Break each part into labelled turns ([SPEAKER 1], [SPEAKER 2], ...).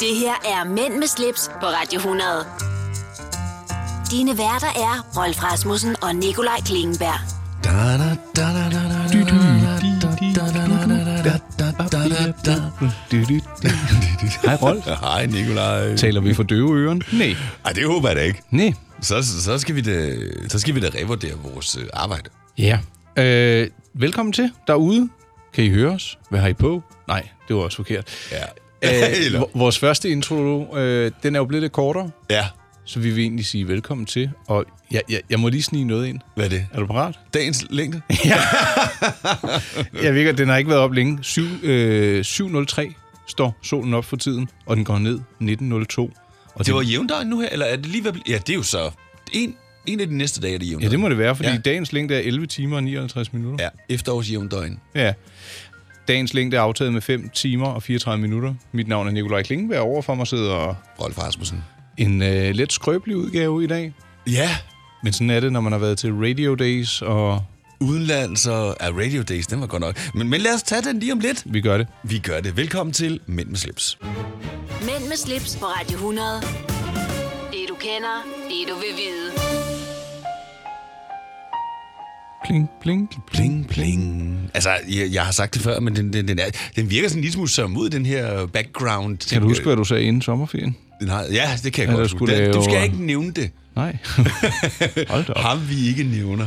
[SPEAKER 1] Det her er Mænd med slips på Radio 100. Dine værter er Rolf Rasmussen og Nikolaj Klingenberg.
[SPEAKER 2] Hej Rolf.
[SPEAKER 3] Hej, Nikolaj.
[SPEAKER 2] Taler vi for døve øren? Nej.
[SPEAKER 3] Ej, det håber jeg da ikke.
[SPEAKER 2] Nej.
[SPEAKER 3] Så, så, skal, vi da, så skal vi da revurdere vores øh, arbejde.
[SPEAKER 2] Ja. Øh, velkommen til derude. Kan I høre os? Hvad har I på? Nej, det var også forkert.
[SPEAKER 3] Ja.
[SPEAKER 2] Øh,
[SPEAKER 3] Eller-
[SPEAKER 2] v- vores første intro, øh, den er jo blevet lidt kortere,
[SPEAKER 3] Ja,
[SPEAKER 2] så vi vil egentlig sige velkommen til. Og jeg, jeg, jeg må lige snige noget ind.
[SPEAKER 3] hvad er det?
[SPEAKER 2] Er du parat?
[SPEAKER 3] Dagens længde?
[SPEAKER 2] Jeg ved ikke, at den har ikke været op længe. 7, øh, 7.03 står solen op for tiden, og den går ned 19.02. Og
[SPEAKER 3] Det var jævndøgn nu her, eller er det lige ved at blive... Ja, det er jo så... En, en af de næste dage er det
[SPEAKER 2] Ja,
[SPEAKER 3] jævndøgn.
[SPEAKER 2] det må det være, fordi ja.
[SPEAKER 3] Ja.
[SPEAKER 2] dagens længde er 11 timer og 59 minutter.
[SPEAKER 3] Ja, efterårs jævndøgn.
[SPEAKER 2] ja. Dagens længde er aftaget med 5 timer og 34 minutter. Mit navn er Nikolaj Klingenberg. Overfor mig sidder
[SPEAKER 3] Rolf Rasmussen.
[SPEAKER 2] en øh, lidt skrøbelig udgave i dag.
[SPEAKER 3] Ja,
[SPEAKER 2] Men sådan er det, når man har været til Radio Days, og
[SPEAKER 3] udenlands og ja, Radio Days, den var godt nok. Men, men lad os tage den lige om lidt.
[SPEAKER 2] vi gør det.
[SPEAKER 3] Vi gør det. Velkommen til Mænd med slips.
[SPEAKER 1] Mænd med slips på Radio 100. Det du kender, det du vil vide.
[SPEAKER 2] Pling, pling.
[SPEAKER 3] Pling, pling. Altså, jeg, jeg har sagt det før, men den, den, den, er, den virker sådan lidt smule som ud, den her background.
[SPEAKER 2] Kan du huske, hvad du sagde inden sommerferien?
[SPEAKER 3] Den har, ja, det kan jeg
[SPEAKER 2] Ja, der
[SPEAKER 3] godt
[SPEAKER 2] skulle
[SPEAKER 3] huske. Den,
[SPEAKER 2] det
[SPEAKER 3] du
[SPEAKER 2] jo-
[SPEAKER 3] skal ikke nævne det.
[SPEAKER 2] Nej. Hold da op.
[SPEAKER 3] Ham vi ikke nævner.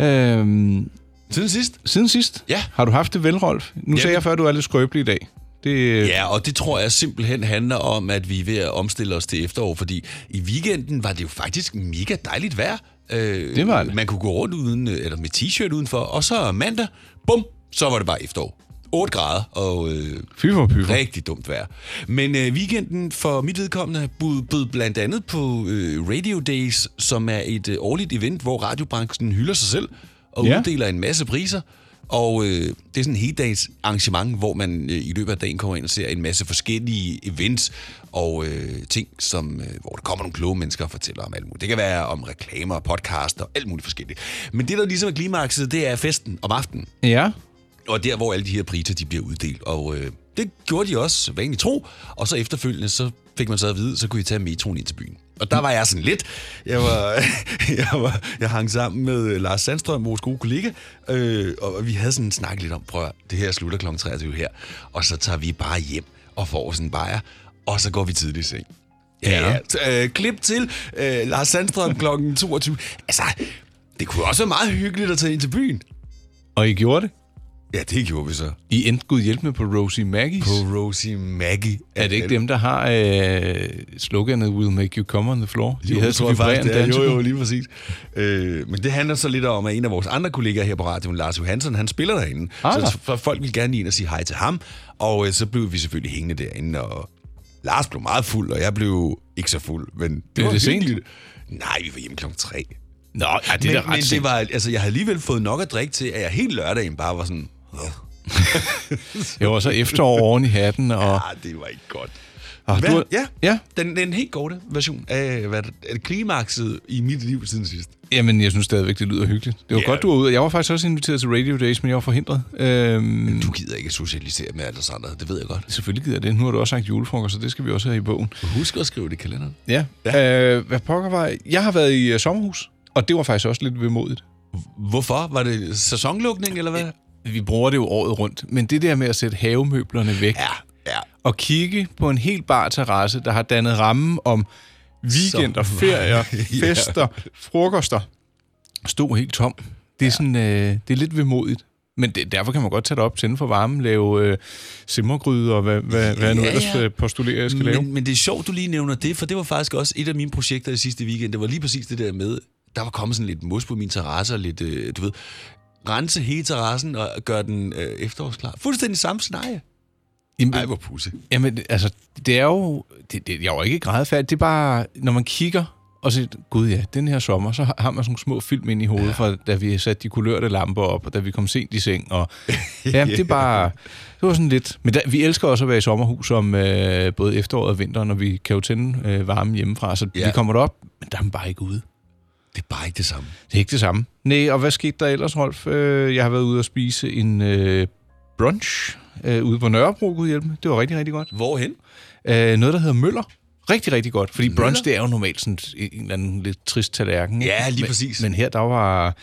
[SPEAKER 2] Øhm,
[SPEAKER 3] Siden sidst.
[SPEAKER 2] siden sidst
[SPEAKER 3] Ja.
[SPEAKER 2] har du haft det vel, Rolf. Nu ja, sagde
[SPEAKER 3] det-
[SPEAKER 2] jeg før, at du er lidt skrøbelig i dag. Det,
[SPEAKER 3] Ja, og det tror jeg simpelthen handler om, at vi er ved at omstille os til efterår, fordi i weekenden var det jo faktisk mega dejligt vejr. Øh,
[SPEAKER 2] Det var det.
[SPEAKER 3] Man kunne gå rundt uden, øh, eller med t-shirt udenfor, og så mandag, bum, så var det bare efterår. 8 grader, og øh,
[SPEAKER 2] Fy for pyfer.
[SPEAKER 3] rigtig dumt vejr. Men øh, weekenden for mit vedkommende bød, bød blandt andet på øh, Radio Days, som er et øh, årligt event, hvor radiobranchen hylder sig selv og
[SPEAKER 2] Ja.
[SPEAKER 3] ja. uddeler en masse priser. Og øh, det er sådan en heldags arrangement, hvor man øh, i løbet af dagen kommer ind og ser en masse forskellige events og øh, ting, som, øh, hvor der kommer nogle kloge mennesker og fortæller om alt muligt. Det kan være om reklamer, podcast og alt muligt forskelligt. Men det, der ligesom er klimakset, det er festen om aftenen.
[SPEAKER 2] Ja.
[SPEAKER 3] Og der, hvor alle de her priser, de bliver uddelt. Og øh, det gjorde de også, vanligt tro. Og så efterfølgende, så fik man så at vide, så kunne I tage metroen ind til byen. Og der var jeg sådan lidt. Jeg, var, jeg, var, jeg hang sammen med øh, Lars Sandstrøm, vores gode kollega, øh, og vi havde sådan snakket lidt om, prøv at høre, det her slutter kl. 23 her, og så tager vi bare hjem og får os en bajer, og så går vi tidligt i seng. Ja, ja. T- Øh, klip til øh, Lars Sandstrøm kl. 22. Altså, det kunne også være meget hyggeligt at tage ind til byen.
[SPEAKER 2] Og I gjorde det?
[SPEAKER 3] Ja, det gjorde vi så.
[SPEAKER 2] I endte gud hjælp med på Rosie Maggie's.
[SPEAKER 3] På Rosie Maggie.
[SPEAKER 2] Er det ikke dem, der har øh, sloganet We'll make you come on the floor? De
[SPEAKER 3] Jo,
[SPEAKER 2] havde
[SPEAKER 3] det tror jeg faktisk, det er.
[SPEAKER 2] danse
[SPEAKER 3] Jo, jo,
[SPEAKER 2] på.
[SPEAKER 3] lige præcis. Øh, men det handler så lidt om, at en af vores andre kollegaer her på radioen, Lars Johansson, han spiller derinde.
[SPEAKER 2] Ah,
[SPEAKER 3] så,
[SPEAKER 2] da.
[SPEAKER 3] så folk ville gerne ind og sige hej til ham. Og øh, så blev vi selvfølgelig hængende derinde, og Lars blev meget fuld, og jeg blev ikke så fuld. Men det
[SPEAKER 2] Blev
[SPEAKER 3] var
[SPEAKER 2] det sent?
[SPEAKER 3] hyggeligt. Nej, vi var hjemme klokken tre.
[SPEAKER 2] Nå, ja, det er
[SPEAKER 3] men,
[SPEAKER 2] da ret
[SPEAKER 3] men det
[SPEAKER 2] sent.
[SPEAKER 3] var, altså, jeg havde alligevel fået nok at drikke til, at jeg helt lørdagen bare var sådan... "Åh,
[SPEAKER 2] Jeg var så efterår oven i hatten, og...
[SPEAKER 3] Ah, det var ikke godt.
[SPEAKER 2] Ah,
[SPEAKER 3] Hvad?
[SPEAKER 2] du har-
[SPEAKER 3] Ja,
[SPEAKER 2] Ja.
[SPEAKER 3] ja. Den, den helt korte version af hvad, er klimakset i mit liv siden sidst.
[SPEAKER 2] Jamen, jeg synes stadigvæk, det lyder hyggeligt. Det var
[SPEAKER 3] Ja.
[SPEAKER 2] godt, du var ude. Jeg var faktisk også inviteret til Radio Days, men jeg var forhindret. Øhm,
[SPEAKER 3] Du gider ikke socialisere med alle os andre, det ved jeg godt.
[SPEAKER 2] selvfølgelig gider jeg det. Nu har du også sagt julefrokost, så det skal vi også have i bogen.
[SPEAKER 3] Husk at skrive det i kalenderen.
[SPEAKER 2] Ja. ja. Øh, hvad pokker var jeg? Jeg har været i øh, sommerhus, og det var faktisk også lidt vemodigt.
[SPEAKER 3] Hvorfor? Var det sæsonlukning, eller hvad?
[SPEAKER 2] Vi bruger det jo året rundt, men det der med at sætte havemøblerne væk,
[SPEAKER 3] Ja, ja.
[SPEAKER 2] og kigge på en helt bar terrasse, der har dannet rammen om weekender,
[SPEAKER 3] Sommer.
[SPEAKER 2] ferier,
[SPEAKER 3] Ja.
[SPEAKER 2] fester, frokoster, stod helt tom. Det er, sådan, øh, det er lidt vemodigt. Men det, derfor kan man godt tage det op, tænde for varmen, lave øh, simmergryde og hvad, hvad, hvad jeg nu
[SPEAKER 3] Ja,
[SPEAKER 2] ellers
[SPEAKER 3] ja.
[SPEAKER 2] øh, postulerer, jeg skal lave.
[SPEAKER 3] Men, men det er sjovt, du lige nævner det, for det var faktisk også et af mine projekter i sidste weekend. Det var lige præcis det der med, der var kommet sådan lidt mos på min terrasse, og lidt, øh, du ved, rense hele terrassen og gøre den øh, efterårsklar. Fuldstændig samme scenarie.
[SPEAKER 2] Jamen,
[SPEAKER 3] Ej, hvor pusse.
[SPEAKER 2] Jamen, altså, det er jo... Det, det, jeg er jo ikke grædefærdig. Det er bare, når man kigger og siger, gud ja, den her sommer, så har- har man sådan nogle små film ind i hovedet, ja. fra da vi satte de kulørte lamper op, og da vi kom sent i seng, og... Ja, det er bare... Det var sådan lidt... Men der, vi elsker også at være i sommerhus om øh, både efteråret og vinteren, og vi kan jo tænde øh, varmen hjemmefra, så ja.
[SPEAKER 3] Ja.
[SPEAKER 2] vi kommer derop, men der er man bare ikke ude.
[SPEAKER 3] Det er bare ikke det samme.
[SPEAKER 2] Det er ikke det samme. Nej, og hvad skete der ellers, Rolf? Øh, jeg har været ude og spise en øh, brunch øh, ude på Nørrebro, Gud hjælpe mig. Det var rigtig, rigtig godt.
[SPEAKER 3] Hvorhen?
[SPEAKER 2] Øh, noget, der hedder Møller. Rigtig, rigtig godt. Fordi brunch, det er jo normalt sådan en en eller anden lidt trist tallerken. ikke?
[SPEAKER 3] Ja, lige præcis.
[SPEAKER 2] Men, men her, der var...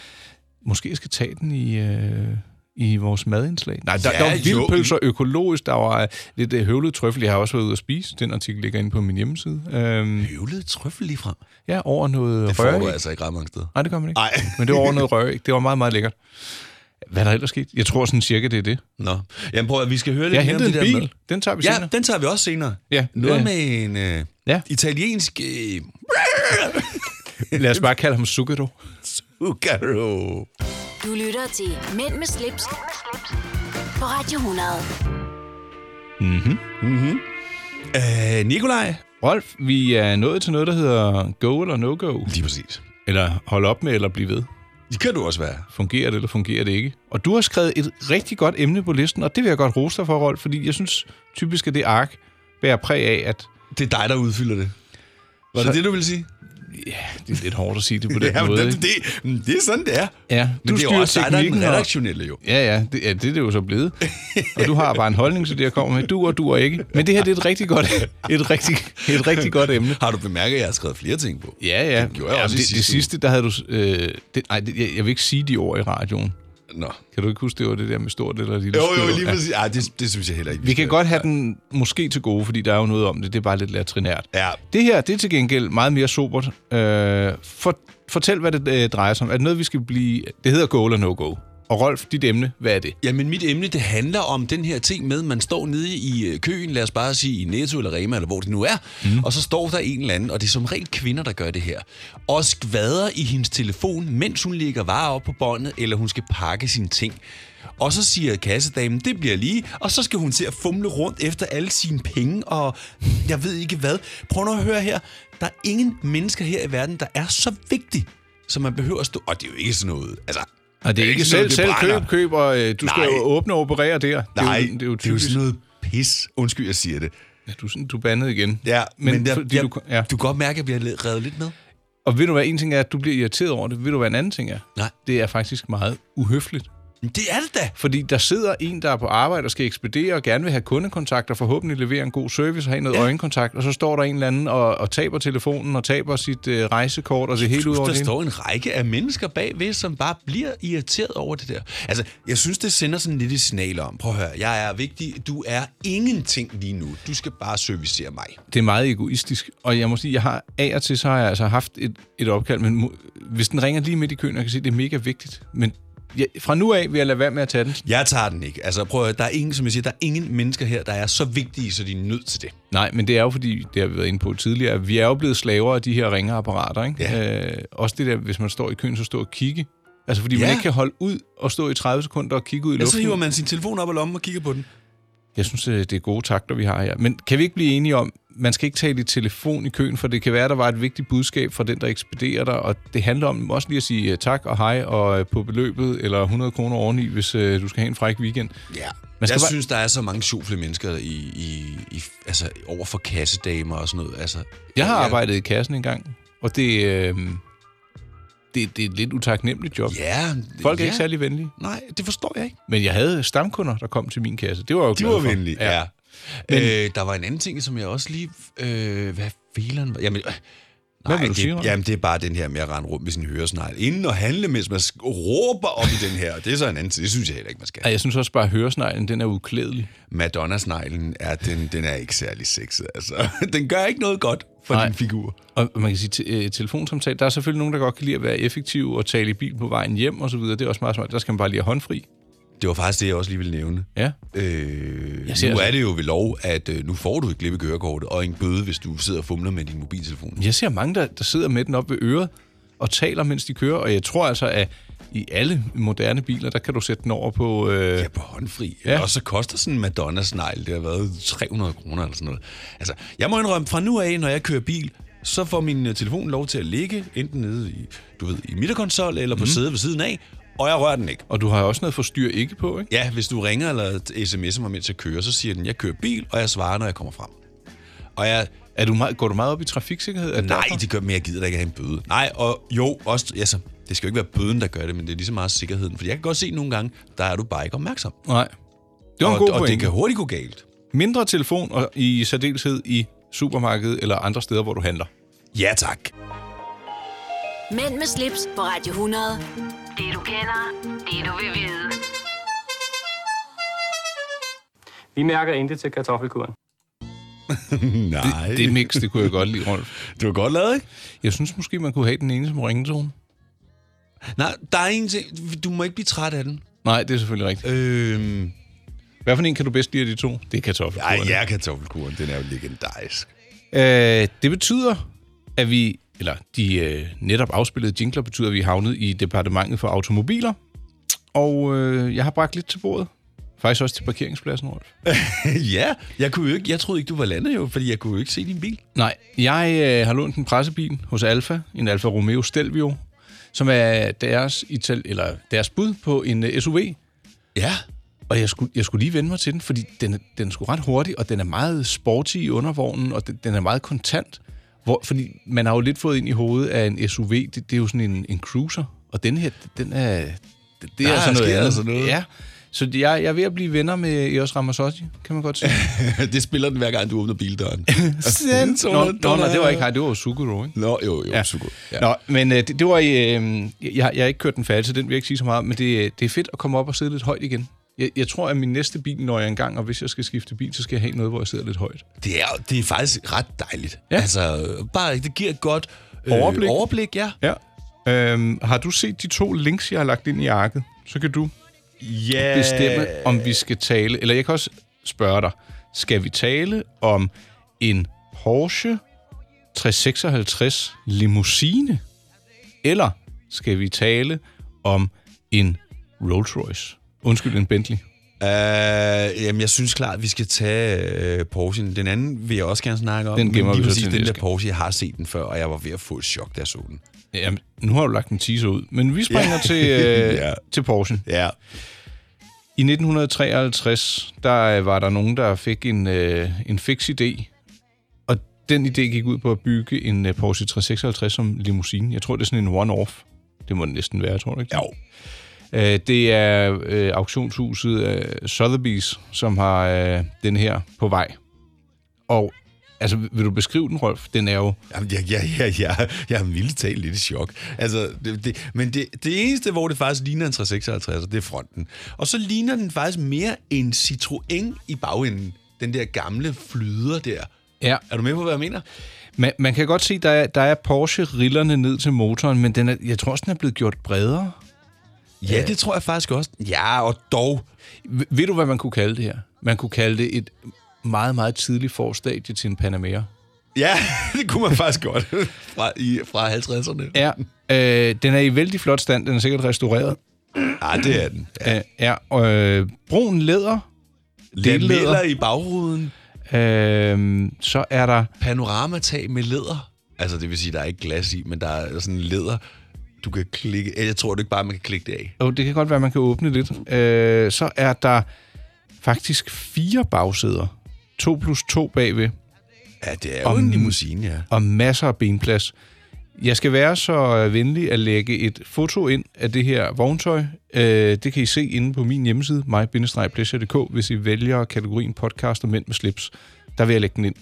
[SPEAKER 2] Måske jeg skal tage den i... Øh, i vores madindslag. Nej, der,
[SPEAKER 3] Ja,
[SPEAKER 2] ja, der var
[SPEAKER 3] jo.
[SPEAKER 2] vildpølser økologisk, der var øh, lidt øh, høvlet trøffel. Jeg har også været ude at spise. Den artikel ligger inde på min hjemmeside. Øhm,
[SPEAKER 3] Høvlet trøffel lige frem.
[SPEAKER 2] ja, over noget
[SPEAKER 3] Det får
[SPEAKER 2] røg.
[SPEAKER 3] du altså ikke ret mange steder.
[SPEAKER 2] Nej, det gør man ikke.
[SPEAKER 3] Nej.
[SPEAKER 2] Men det var over noget røg. Det var meget, meget lækkert. Hvad er der ellers sket? Jeg tror sådan cirka, det er det.
[SPEAKER 3] Nå. Jamen prøv at vi skal høre lidt
[SPEAKER 2] Jeg
[SPEAKER 3] mere om
[SPEAKER 2] hentede
[SPEAKER 3] det
[SPEAKER 2] en
[SPEAKER 3] der
[SPEAKER 2] bil.
[SPEAKER 3] mad.
[SPEAKER 2] Den tager vi senere.
[SPEAKER 3] Ja, den tager vi også senere.
[SPEAKER 2] Ja.
[SPEAKER 3] Noget
[SPEAKER 2] Ja.
[SPEAKER 3] med en øh,
[SPEAKER 2] Ja.
[SPEAKER 3] italiensk... Øh,
[SPEAKER 2] Lad os bare kalde ham Sugado.
[SPEAKER 3] Ugaro.
[SPEAKER 1] Du lytter til Mænd med slips, Mænd med slips. på Radio 100.
[SPEAKER 3] Øh, Nikolaj.
[SPEAKER 2] Rolf, vi er nået til noget, der hedder go eller no-go.
[SPEAKER 3] Lige præcis.
[SPEAKER 2] Eller hold op med eller blive ved.
[SPEAKER 3] Det kan du også være.
[SPEAKER 2] Fungerer det eller fungerer det ikke? Og du har skrevet et rigtig godt emne på listen, og det vil jeg godt rose dig for, Rolf, fordi jeg synes typisk, at det ark bærer præg af, at
[SPEAKER 3] Det er dig, der udfylder det. Var
[SPEAKER 2] Så-
[SPEAKER 3] det det, du ville sige?
[SPEAKER 2] det er lidt hårdt at sige det på den
[SPEAKER 3] men
[SPEAKER 2] måde.
[SPEAKER 3] det,
[SPEAKER 2] ikke?
[SPEAKER 3] det, mm, det, det er sådan, det er.
[SPEAKER 2] Ja,
[SPEAKER 3] Men
[SPEAKER 2] du
[SPEAKER 3] det er
[SPEAKER 2] styrer
[SPEAKER 3] jo også dig, der er den
[SPEAKER 2] teknikken og-
[SPEAKER 3] redaktionelle jo.
[SPEAKER 2] Ja, ja, det, ja, det er det jo så blevet. Og du har bare en holdning til det, jeg kommer med. Du og du og ikke. Men det her det er et rigtig godt, et rigtig, et rigtig godt emne.
[SPEAKER 3] Har du bemærket, at jeg har skrevet flere ting på?
[SPEAKER 2] Ja, ja.
[SPEAKER 3] Det gjorde jeg
[SPEAKER 2] ja,
[SPEAKER 3] også i
[SPEAKER 2] det,
[SPEAKER 3] sidste
[SPEAKER 2] det
[SPEAKER 3] uge.
[SPEAKER 2] sidste, der havde du... Øh, det, nej, det, jeg, jeg vil ikke sige de ord i radioen.
[SPEAKER 3] Nå.
[SPEAKER 2] Kan du ikke huske, det var det der med stort eller lille
[SPEAKER 3] Jo, jo,
[SPEAKER 2] skyld?
[SPEAKER 3] lige præcis. Ej, det, det synes jeg heller ikke.
[SPEAKER 2] Vi kan
[SPEAKER 3] skal-
[SPEAKER 2] godt have den måske til gode, fordi der er jo noget om det. Det er bare lidt latrinært.
[SPEAKER 3] Ja.
[SPEAKER 2] Det her, det er til gengæld meget mere sobert. Øh, for, fortæl, hvad det øh, drejer sig om. Er det noget, vi skal blive... Det hedder go eller no-go. Og Rolf, dit emne, hvad er det?
[SPEAKER 3] Jamen, mit emne, det handler om den her ting med, man står nede i øh, køen, lad os bare sige i Netto eller Rema, eller hvor det nu er, mm. og så står der en eller anden, og det er som regel kvinder, der gør det her, og skvader i hendes telefon, mens hun lægger varer op på båndet, eller hun skal pakke sine ting. Og så siger kassedamen, det bliver lige, og så skal hun til at fumle rundt efter alle sine penge, og jeg ved ikke hvad. Prøv nu at høre her, der er ingen mennesker her i verden, der er så vigtig, som man behøver at stå... Og det er jo ikke sådan noget... Altså,
[SPEAKER 2] Og det er ikke selv, selv
[SPEAKER 3] brænder.
[SPEAKER 2] køb, køb, og øh, du skal
[SPEAKER 3] Nej.
[SPEAKER 2] jo åbne og operere der.
[SPEAKER 3] Nej,
[SPEAKER 2] det er jo, det
[SPEAKER 3] det
[SPEAKER 2] er jo
[SPEAKER 3] er jo
[SPEAKER 2] typisk.
[SPEAKER 3] sådan noget pis. Undskyld, jeg siger det.
[SPEAKER 2] Ja, du, er sådan- du er bandet igen.
[SPEAKER 3] Ja, men, men der,
[SPEAKER 2] fordi
[SPEAKER 3] jeg,
[SPEAKER 2] du, ja.
[SPEAKER 3] du kan godt mærke, at vi har le- revet lidt med.
[SPEAKER 2] Og ved du hvad, en ting er, at du bliver irriteret over det. Ved du hvad en anden ting er?
[SPEAKER 3] Nej.
[SPEAKER 2] Det er faktisk meget uhøfligt.
[SPEAKER 3] Men det er det da.
[SPEAKER 2] Fordi der sidder en, der er på arbejde og skal ekspedere og gerne vil have kundekontakt og forhåbentlig levere en god service og have noget ja. øjenkontakt. Og så står der en eller anden og, og taber telefonen og taber sit øh, rejsekort og det hele ud over
[SPEAKER 3] Der
[SPEAKER 2] det. hele.
[SPEAKER 3] står en række af mennesker bagved, som bare bliver irriteret over det der. Altså, jeg synes, det sender sådan lidt et signal om. Prøv at høre, jeg er vigtig. Du er ingenting lige nu. Du skal bare servicere mig.
[SPEAKER 2] Det er meget egoistisk. Og jeg må sige, jeg har af og til, så har jeg altså haft et, et opkald, men mu- hvis den ringer lige midt i køen, og jeg kan se, det er mega vigtigt. Men jeg, fra nu af vil jeg lade være med at tage den.
[SPEAKER 3] Jeg tager den ikke. Altså, prøv at høre, der er ingen, som jeg siger, der er ingen mennesker her, der er så vigtige, så de er nødt til det.
[SPEAKER 2] Nej, men det er jo fordi, det har vi været inde på tidligere, at vi er jo blevet slaver af de her ringeapparater, ikke?
[SPEAKER 3] Ja.
[SPEAKER 2] Øh, også det der, hvis man står i køen, så står og kigge. Altså fordi ja. man
[SPEAKER 3] Ja.
[SPEAKER 2] ikke kan holde ud og stå i 30 sekunder og kigge ud i
[SPEAKER 3] Ellers så
[SPEAKER 2] luften.
[SPEAKER 3] hiver man sin telefon op af lommen og kigger på den.
[SPEAKER 2] Jeg synes, øh, det er gode takter, vi har her. Men kan vi ikke blive enige om, man skal ikke tale i telefon i køen, for det kan være, der var et vigtigt budskab fra den, der ekspederer dig, og det handler om også lige at sige øh, tak og hej, og øh, på beløbet, eller 100 kroner oveni, hvis øh, du skal have en fræk weekend.
[SPEAKER 3] Ja.
[SPEAKER 2] Man
[SPEAKER 3] Man
[SPEAKER 2] skal
[SPEAKER 3] jeg
[SPEAKER 2] bare-
[SPEAKER 3] bare... synes, der er så mange sjofle mennesker i, i, i, altså, over for kassedamer og sådan noget. Altså,
[SPEAKER 2] Jeg har
[SPEAKER 3] ja,
[SPEAKER 2] arbejdet i kassen engang, og det, øh, det, det er et lidt utaknemmeligt job.
[SPEAKER 3] Ja.
[SPEAKER 2] Folk er
[SPEAKER 3] ja.
[SPEAKER 2] ikke særlig venlige.
[SPEAKER 3] Nej, det forstår jeg ikke.
[SPEAKER 2] Men jeg havde stamkunder, der kom til min kasse. Det var jeg jo glad for.
[SPEAKER 3] ja. ja. Men... Øh, der var en anden ting, som jeg også lige... Øh, hvad filen var? Jamen, øh,
[SPEAKER 2] Hvad vil du
[SPEAKER 3] det,
[SPEAKER 2] sige, Rønne?
[SPEAKER 3] jamen, det er bare den her med at rende rundt med sin høresnegl. Inden og handle, mens man sk- råber op i den her. Det er så en anden ting. Det synes jeg heller ikke, man skal.
[SPEAKER 2] Ej, jeg synes også bare, at høresneglen, den er uklædelig.
[SPEAKER 3] Madonna-sneglen, er, den, den er ikke særlig sexet. Altså. Den gør ikke noget godt for
[SPEAKER 2] Nej.
[SPEAKER 3] din figur.
[SPEAKER 2] Og man kan sige, te- øh, telefonsamtale, der er selvfølgelig nogen, der godt kan lide at være effektive og tale i bil på vejen hjem og så videre. Det er også meget smart. Der skal man bare lige have håndfri.
[SPEAKER 3] Det var faktisk det, jeg også lige ville nævne.
[SPEAKER 2] Ja.
[SPEAKER 3] Øh, nu
[SPEAKER 2] Jeg ser altså-
[SPEAKER 3] er det jo ved lov, at øh, nu får du et glip i kørekortet og en bøde, hvis du sidder og fumler med din mobiltelefon.
[SPEAKER 2] Jeg ser mange, der, der sidder med den op ved øret og taler, mens de kører. Og jeg tror altså, at i alle moderne biler, der kan du sætte den over på... Øh,
[SPEAKER 3] Ja, på håndfri.
[SPEAKER 2] Ja.
[SPEAKER 3] Ja. Og så koster sådan en Madonna-snegl, det har været 300 kroner eller sådan noget. Altså, jeg må indrømme, fra nu af, når jeg kører bil, så får min øh, telefon lov til at ligge enten nede i, du ved, i midterkonsol eller på mm. sædet ved siden af, og jeg rører den ikke.
[SPEAKER 2] Og du har også noget forstyr ikke på, ikke?
[SPEAKER 3] Ja, hvis du ringer eller sms'er mig, mens jeg kører, så siger den, jeg kører bil, og jeg svarer, når jeg kommer frem. Og jeg,
[SPEAKER 2] Er du meget, går du meget op i trafiksikkerhed? Er det
[SPEAKER 3] nej,
[SPEAKER 2] derfor?
[SPEAKER 3] det gør mere, jeg gider da ikke have en bøde. Nej, og jo, også, altså, det skal jo ikke være bøden, der gør det, men det er lige så meget sikkerheden. For jeg kan godt se nogle gange, der er du bare ikke opmærksom.
[SPEAKER 2] Nej. Det var en
[SPEAKER 3] og,
[SPEAKER 2] god
[SPEAKER 3] og
[SPEAKER 2] pointe.
[SPEAKER 3] det kan hurtigt gå galt.
[SPEAKER 2] Mindre telefon, og i særdeleshed i supermarkedet eller andre steder, hvor du handler.
[SPEAKER 3] Ja, tak.
[SPEAKER 1] Mænd med slips på Radio 100. Det du kender, det du vil vide.
[SPEAKER 4] Vi mærker intet til kartoffelkuren.
[SPEAKER 3] Nej.
[SPEAKER 2] Det, det mix, det kunne jeg godt lide, Rolf.
[SPEAKER 3] det var godt lavet, ikke?
[SPEAKER 2] Jeg synes måske, man kunne have den ene som ringetone.
[SPEAKER 3] Nej, der er en ting. Du må ikke blive træt af den.
[SPEAKER 2] Nej, det er selvfølgelig rigtigt.
[SPEAKER 3] Øhm,
[SPEAKER 2] Hvad for en kan du bedst lide af de to? Det er kartoffel.
[SPEAKER 3] ej, ja, kartoffelkuren, den er jo legendarisk.
[SPEAKER 2] Øh, det betyder, at vi, eller de øh, netop afspillede jingler, betyder, at vi er havnet i departementet for automobiler. Og øh, jeg har bragt lidt til bordet. Faktisk også til parkeringspladsen, Rolf.
[SPEAKER 3] ja, jeg, kunne jo ikke, jeg troede ikke, du var landet jo, fordi jeg kunne jo ikke se din bil.
[SPEAKER 2] Nej, jeg øh, har lånt en pressebil hos Alfa, en Alfa Romeo Stelvio, som er deres, ital- eller deres bud på en øh, SUV.
[SPEAKER 3] Ja.
[SPEAKER 2] Og jeg skulle, jeg skulle lige vende mig til den, fordi den, er- den er sgu ret hurtig, og den er meget sporty i undervognen, og den, den er meget kontant. Hvor, fordi man har jo lidt fået ind i hovedet, at en SUV, det, det er jo sådan en, en cruiser, og den her, den er... Det, det
[SPEAKER 3] Der
[SPEAKER 2] er sådan noget,
[SPEAKER 3] sker
[SPEAKER 2] andet.
[SPEAKER 3] altså noget.
[SPEAKER 2] Ja, så jeg, jeg er ved at blive venner med Eos Ramazzotti, kan man godt sige.
[SPEAKER 3] det spiller den hver gang, du åbner bildøren.
[SPEAKER 2] nå, nå, nå, det var ikke hej, det var Suguro, ikke?
[SPEAKER 3] Nå, jo, jo, ja. så godt.
[SPEAKER 2] Ja. Nå, men øh, det, det var... Øh, jeg, jeg har ikke kørt den færdig, så den vil jeg ikke sige så meget, men det, øh, det er fedt at komme op og sidde lidt højt igen. Jeg, jeg tror, at min næste bil når jeg engang, og hvis jeg skal skifte bil, så skal jeg have noget, hvor jeg sidder lidt højt.
[SPEAKER 3] Det er, det er faktisk ret dejligt.
[SPEAKER 2] Ja.
[SPEAKER 3] Ja. Altså, bare, det giver et godt øh,
[SPEAKER 2] Overblik.
[SPEAKER 3] overblik, ja.
[SPEAKER 2] Ja. Øhm, har du set de to links, jeg har lagt ind i arket? Så kan du
[SPEAKER 3] Ja.
[SPEAKER 2] bestemme, om vi skal tale... Eller jeg kan også spørge dig, skal vi tale om en Porsche 356 limousine? Eller skal vi tale om en Rolls Royce? Undskyld, en Bentley.
[SPEAKER 3] Øh, jamen, jeg synes klart, at vi skal tage øh, Porsche'en. Den anden vil jeg også gerne snakke om.
[SPEAKER 2] Den
[SPEAKER 3] men
[SPEAKER 2] gemmer
[SPEAKER 3] lige
[SPEAKER 2] vi så
[SPEAKER 3] præcis
[SPEAKER 2] til
[SPEAKER 3] Den
[SPEAKER 2] næste
[SPEAKER 3] der
[SPEAKER 2] gang.
[SPEAKER 3] Porsche, jeg har set den før, og jeg var ved at få et chok, da jeg så den.
[SPEAKER 2] Jamen, nu har du lagt en teaser ud, men vi springer ja. til, øh, ja.
[SPEAKER 3] Ja.
[SPEAKER 2] til Porsche.
[SPEAKER 3] Ja.
[SPEAKER 2] I 1953, der øh, var der nogen, der fik en, øh, en fix idé, og den idé gik ud på at bygge en øh, Porsche 356 som limousine. Jeg tror, det er sådan en one-off. Det må det næsten være, tror du ikke?
[SPEAKER 3] Jo.
[SPEAKER 2] Øh, det er øh, auktionshuset øh, Sotheby's, som har øh, den her på vej. Og altså, vil du beskrive den, Rolf? Den er jo...
[SPEAKER 3] Jamen, jeg, jeg, jeg, jeg, jeg er mildt talt lidt i chok. Altså, det, det, men det, det eneste, hvor det faktisk ligner en 356, det er fronten. Og så ligner den faktisk mere en Citroën i bagenden. Den der gamle flyder der.
[SPEAKER 2] Ja,
[SPEAKER 3] Er du med på, hvad jeg mener?
[SPEAKER 2] man, man kan godt se, der er, der er Porsche-rillerne ned til motoren, men den er, jeg tror også, den er blevet gjort bredere.
[SPEAKER 3] Ja, det tror jeg faktisk også. Øh. Ja, og dog.
[SPEAKER 2] V- ved du, hvad man kunne kalde det her? Man kunne kalde det et meget, meget tidligt forstadie til en Panamera.
[SPEAKER 3] Ja, det kunne man faktisk godt. Fra, i, fra 50'erne.
[SPEAKER 2] Ja, øh, den er i vældig flot stand. Den er sikkert restaureret.
[SPEAKER 3] Ja, det er den.
[SPEAKER 2] Ja, ja øh, brun læder.
[SPEAKER 3] Lidt
[SPEAKER 2] Leder.
[SPEAKER 3] læder i bagruden.
[SPEAKER 2] Øh, så er der...
[SPEAKER 3] Panoramatag med læder. Altså, det vil sige, der er ikke glas i, men der er sådan læder. Du kan klikke... eh, Jeg tror det ikke bare, man kan klikke det af.
[SPEAKER 2] Oh, det kan godt være, man kan åbne lidt. Øh, så er der faktisk fire bagsæder. To plus to bagved.
[SPEAKER 3] Ja, det er jo en limousine, ja.
[SPEAKER 2] og masser af benplads. Jeg skal være så øh, venlig at lægge et foto ind af det her vogntøj. Øh, Det kan I se inde på min hjemmeside, mig hvis I vælger kategorien podcast og mænd med slips. Der vil jeg lægge den ind.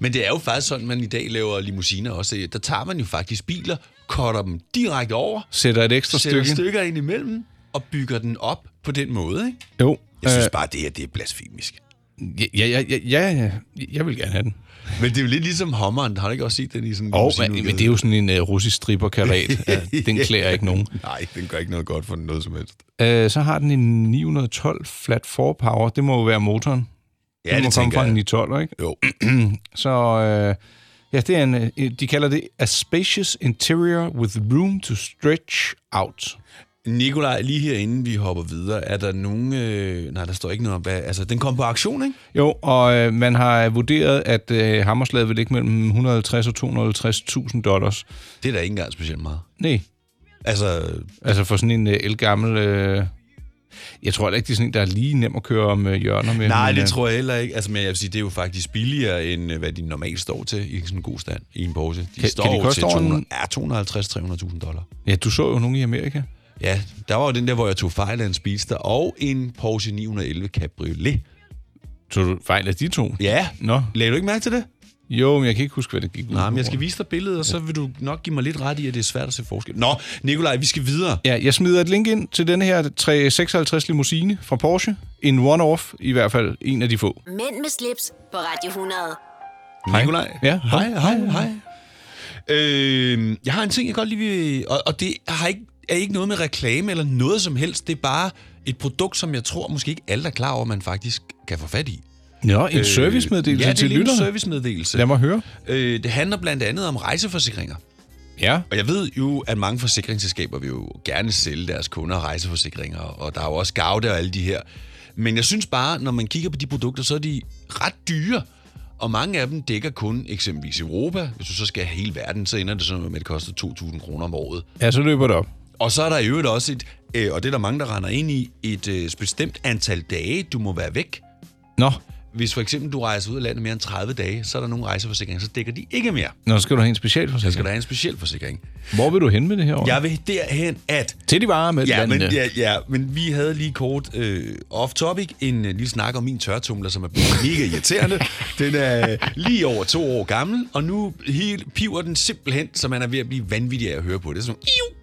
[SPEAKER 3] Men det er jo faktisk sådan, man i dag laver limousiner også. Der tager man jo faktisk biler, cutter dem direkte over,
[SPEAKER 2] Sætter et ekstra
[SPEAKER 3] sætter
[SPEAKER 2] stykke.
[SPEAKER 3] stykker ind imellem og bygger den op på den måde, ikke?
[SPEAKER 2] Jo.
[SPEAKER 3] Jeg synes bare, det her det er blasfemisk.
[SPEAKER 2] Øh, ja, ja, ja, ja, ja, jeg vil gerne have den.
[SPEAKER 3] Men det er jo lidt ligesom Hommeren. Har du ikke også set den i sådan en
[SPEAKER 2] Og, men,
[SPEAKER 3] limousineudgave?
[SPEAKER 2] men det er jo sådan en uh, russisk stripperkarat. uh, den klæder ikke nogen.
[SPEAKER 3] Nej, den gør ikke noget godt for noget som helst.
[SPEAKER 2] Uh, så har den en 912 flat 4 power. Det må jo være motoren.
[SPEAKER 3] Ja,
[SPEAKER 2] Den må komme fra en 912, ikke?
[SPEAKER 3] Jo.
[SPEAKER 2] Så øh, ja, det er en, øh, de kalder det A Spacious Interior with Room to Stretch Out.
[SPEAKER 3] Nikolaj, lige herinde vi hopper videre, er der nogen... Øh, nej, der står ikke noget om, hvad... Altså, den kom på aktion, ikke?
[SPEAKER 2] Jo, og øh, man har vurderet, at øh, hammerslaget vil ligge mellem 150 og 250.000 dollars.
[SPEAKER 3] Det er da ikke engang specielt meget.
[SPEAKER 2] Nej,
[SPEAKER 3] Altså,
[SPEAKER 2] altså for sådan en øh, elgammel... Øh, jeg tror heller ikke, det er sådan en, der er lige nem at køre om øh, hjørner med.
[SPEAKER 3] nej,
[SPEAKER 2] men,
[SPEAKER 3] det
[SPEAKER 2] øh,
[SPEAKER 3] tror jeg heller ikke. Altså, men jeg vil sige, det er jo faktisk billigere, end øh, hvad de normalt står til i sådan en god stand i en Porsche. De
[SPEAKER 2] kan
[SPEAKER 3] står
[SPEAKER 2] de
[SPEAKER 3] jo
[SPEAKER 2] koste
[SPEAKER 3] til
[SPEAKER 2] over
[SPEAKER 3] 200, ja,
[SPEAKER 2] en-
[SPEAKER 3] 250-300.000 dollar.
[SPEAKER 2] Ja, du så jo nogen i Amerika.
[SPEAKER 3] Ja, der var jo den der, hvor jeg tog fejl af en Speedster og en Porsche 911 Cabriolet.
[SPEAKER 2] Tog du fejl af de to?
[SPEAKER 3] Ja.
[SPEAKER 2] Nå.
[SPEAKER 3] Lagde du ikke mærke til det?
[SPEAKER 2] Jo, men jeg kan ikke huske, hvad det gik ud
[SPEAKER 3] Nej, men
[SPEAKER 2] på.
[SPEAKER 3] jeg skal vise dig billedet, og så vil du nok give mig lidt ret i, at det er svært at se forskel. Nå, Nikolaj, vi skal videre.
[SPEAKER 2] Ja, jeg smider et link ind til den her 356 limousine fra Porsche. En one-off, i hvert fald en af de få.
[SPEAKER 1] Mænd med slips på Radio 100.
[SPEAKER 3] Hej. Nikolaj.
[SPEAKER 2] Ja,
[SPEAKER 3] hej, hej, hej. Øh, jeg har en ting, jeg godt lige vil... Og, og det har ikke, er ikke noget med reklame eller noget som helst. Det er bare et produkt, som jeg tror måske ikke alle er klar over, man faktisk kan få fat i.
[SPEAKER 2] Nå, en øh, servicemeddelelse
[SPEAKER 3] ja, det er
[SPEAKER 2] til
[SPEAKER 3] lige en
[SPEAKER 2] lytterne.
[SPEAKER 3] servicemeddelelse.
[SPEAKER 2] Lad mig høre.
[SPEAKER 3] Øh, det handler blandt andet om rejseforsikringer.
[SPEAKER 2] Ja.
[SPEAKER 3] Og jeg ved jo, at mange forsikringsselskaber vil jo gerne sælge deres kunder rejseforsikringer, og der er jo også Gaude og alle de her. Men jeg synes bare, når man kigger på de produkter, så er de ret dyre, og mange af dem dækker kun eksempelvis Europa. Hvis du så skal have hele verden, så ender det sådan med, at det koster 2.000 kroner om året.
[SPEAKER 2] ja, så løber det op.
[SPEAKER 3] Og så er der i øvrigt også et, øh, og det er der mange, der render ind i, et øh, bestemt antal dage, du må være væk.
[SPEAKER 2] Nå,
[SPEAKER 3] Hvis for eksempel du rejser ud af landet mere end 30 dage, så er der nogle rejseforsikringer, så dækker de ikke mere.
[SPEAKER 2] Nå skal du have en
[SPEAKER 3] Så skal
[SPEAKER 2] specialforsikring.
[SPEAKER 3] der have en speciel forsikring.
[SPEAKER 2] Hvor vil du hen med det her år?
[SPEAKER 3] Jeg vil derhen, at
[SPEAKER 2] Til de varer med
[SPEAKER 3] Ja, men,
[SPEAKER 2] landene.
[SPEAKER 3] ja, ja, men vi havde lige kort øh, off-topic en øh, lille snak om min tørtumler, som er blevet mega irriterende. Den er øh, lige over to år gammel, og nu helt piver den simpelthen, så man er ved at blive vanvittig af at høre på det. Så, iu,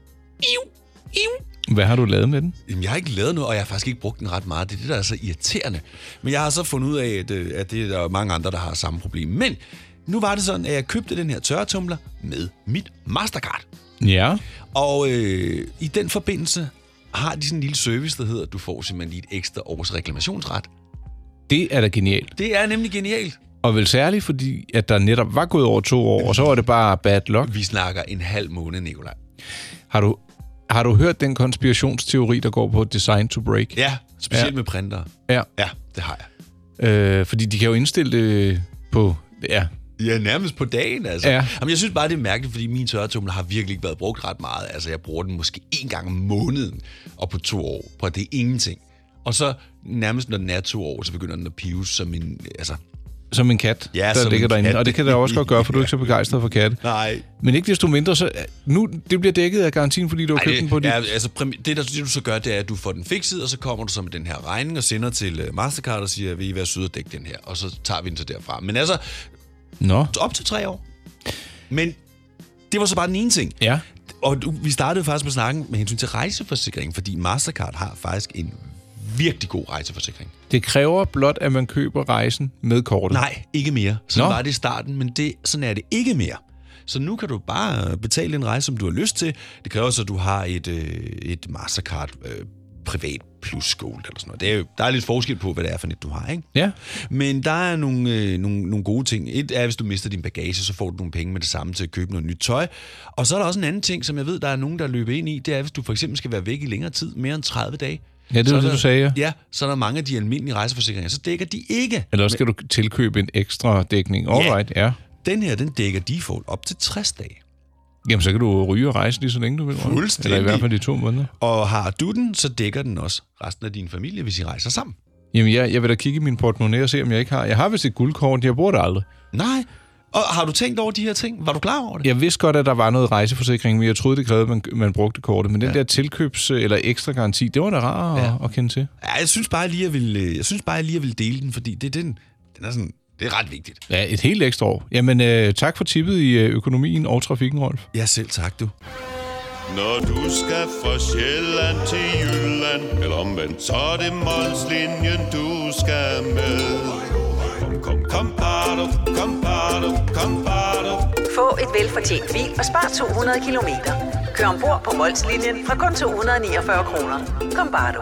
[SPEAKER 3] iu, iu.
[SPEAKER 2] Hvad har du lavet med den?
[SPEAKER 3] Jamen, jeg har ikke lavet noget, og jeg har faktisk ikke brugt den ret meget. Det er det, der er så irriterende. Men jeg har så fundet ud af, at, øh, at det er der mange andre, der har samme problem. Men nu var det sådan, at jeg købte den her tørretumler med mit Mastercard.
[SPEAKER 2] Ja.
[SPEAKER 3] Og øh, i den forbindelse har de sådan en lille service, der hedder, at du får simpelthen lige et ekstra års reklamationsret.
[SPEAKER 2] Det er da genialt.
[SPEAKER 3] Det er nemlig genialt.
[SPEAKER 2] Og vel særligt, fordi at der netop var gået over to år, og så var det bare bad luck.
[SPEAKER 3] Vi snakker en halv måned, Nikolaj.
[SPEAKER 2] Har du, har du hørt den konspirationsteori, der går på design to break?
[SPEAKER 3] Ja, specielt ja.
[SPEAKER 2] Ja.
[SPEAKER 3] med printer.
[SPEAKER 2] ja.
[SPEAKER 3] Ja, det har jeg.
[SPEAKER 2] Øh, fordi de kan jo indstille det på... Ja,
[SPEAKER 3] Ja, nærmest på dagen, altså.
[SPEAKER 2] Ja.
[SPEAKER 3] Jamen, jeg synes bare, det er mærkeligt, fordi min tørretummel har virkelig ikke været brugt ret meget. Altså, jeg bruger den måske én gang om måneden, og på to år. På det er ingenting. Og så nærmest, når den er to år, så begynder den at pive som en... Altså,
[SPEAKER 2] som en kat,
[SPEAKER 3] Ja,
[SPEAKER 2] ja, der
[SPEAKER 3] som
[SPEAKER 2] ligger
[SPEAKER 3] en
[SPEAKER 2] derinde.
[SPEAKER 3] kat.
[SPEAKER 2] Og det kan der også godt gøre, for du er ikke så begejstret for katte.
[SPEAKER 3] nej,
[SPEAKER 2] Men ikke desto mindre, så nu, det bliver dækket af garantien, fordi du har
[SPEAKER 3] Ej,
[SPEAKER 2] købt den på
[SPEAKER 3] det,
[SPEAKER 2] dit...
[SPEAKER 3] ja, altså, præmi- det, der, det, du så gør, det er, at du får den fikset, og så kommer du så med den her regning og sender til øh, Mastercard og siger, vil I være søde at dække den her? Og så tager vi den så derfra. Men altså,
[SPEAKER 2] Nå,
[SPEAKER 3] op til tre år. Men det var så bare den ene ting.
[SPEAKER 2] ja.
[SPEAKER 3] Og du, vi startede faktisk med snakken med hensyn til rejseforsikring, fordi Mastercard har faktisk en virkelig god rejseforsikring.
[SPEAKER 2] Det kræver blot, at man køber rejsen med kortet.
[SPEAKER 3] Nej, ikke mere. Sådan
[SPEAKER 2] Nå.
[SPEAKER 3] var det i starten, men det, sådan er det ikke mere. Så nu kan du bare betale en rejse, som du har lyst til. Det kræver så, at du har et, øh, et Mastercard øh, privat plus gold eller sådan noget. Det er jo, der er lidt forskel på, hvad det er for net, du har, ikke?
[SPEAKER 2] Ja.
[SPEAKER 3] Men der er nogle, øh, nogle, nogle gode ting. Et er, hvis du mister din bagage, så får du nogle penge med det samme til at købe noget nyt tøj. Og så er der også en anden ting, som jeg ved, der er nogen, der løber ind i. Det er, hvis du for eksempel skal være væk i længere tid, mere end 30 dage.
[SPEAKER 2] Ja, det
[SPEAKER 3] så
[SPEAKER 2] var
[SPEAKER 3] er
[SPEAKER 2] det,
[SPEAKER 3] der-
[SPEAKER 2] du sagde, ja.
[SPEAKER 3] Ja, så er der mange af de almindelige rejseforsikringer. Så dækker de ikke.
[SPEAKER 2] Eller også skal du tilkøbe en ekstra dækning. All
[SPEAKER 3] Ja.
[SPEAKER 2] right, ja.
[SPEAKER 3] Den her, den dækker default op til 60 dage.
[SPEAKER 2] Jamen, så kan du rige og rejse lige så længe, du vil. Rolf.
[SPEAKER 3] Fuldstændig.
[SPEAKER 2] Eller i hvert fald i to måneder.
[SPEAKER 3] Og har du den, så dækker den også resten af din familie, hvis I rejser sammen.
[SPEAKER 2] Jamen, jeg, jeg vil da kigge i min portemonnaie og se, om jeg ikke har... Jeg har vist et guldkort, jeg bruger det aldrig.
[SPEAKER 3] Nej. Og har du tænkt over de her ting? Var du klar over det?
[SPEAKER 2] Jeg vidste godt, at der var noget rejseforsikring, men jeg troede, det krævede, at man, man brugte kortet. Men den ja. der tilkøbs- eller ekstra garanti, det var da rart ja. at, at kende til.
[SPEAKER 3] Ja, jeg synes bare lige, jeg vil, øh, jeg synes bare lige, jeg vil dele den, fordi det er den, den er sådan, det er ret vigtigt.
[SPEAKER 2] Ja, et helt ekstra år. Jamen, øh, tak for tippet i øh, økonomien og trafikken, Rolf.
[SPEAKER 3] Ja, selv tak, du.
[SPEAKER 5] Når du skal fra Sjælland til Jylland Eller omvendt, så er det Molslinjen, du skal med Kom, kom, kom, bado, kom, bado, kom, bado.
[SPEAKER 6] Få et velfortjent bil og spar 200 kilometer. Kør ombord på Molslinjen fra kun 249 kroner. Kom bare du.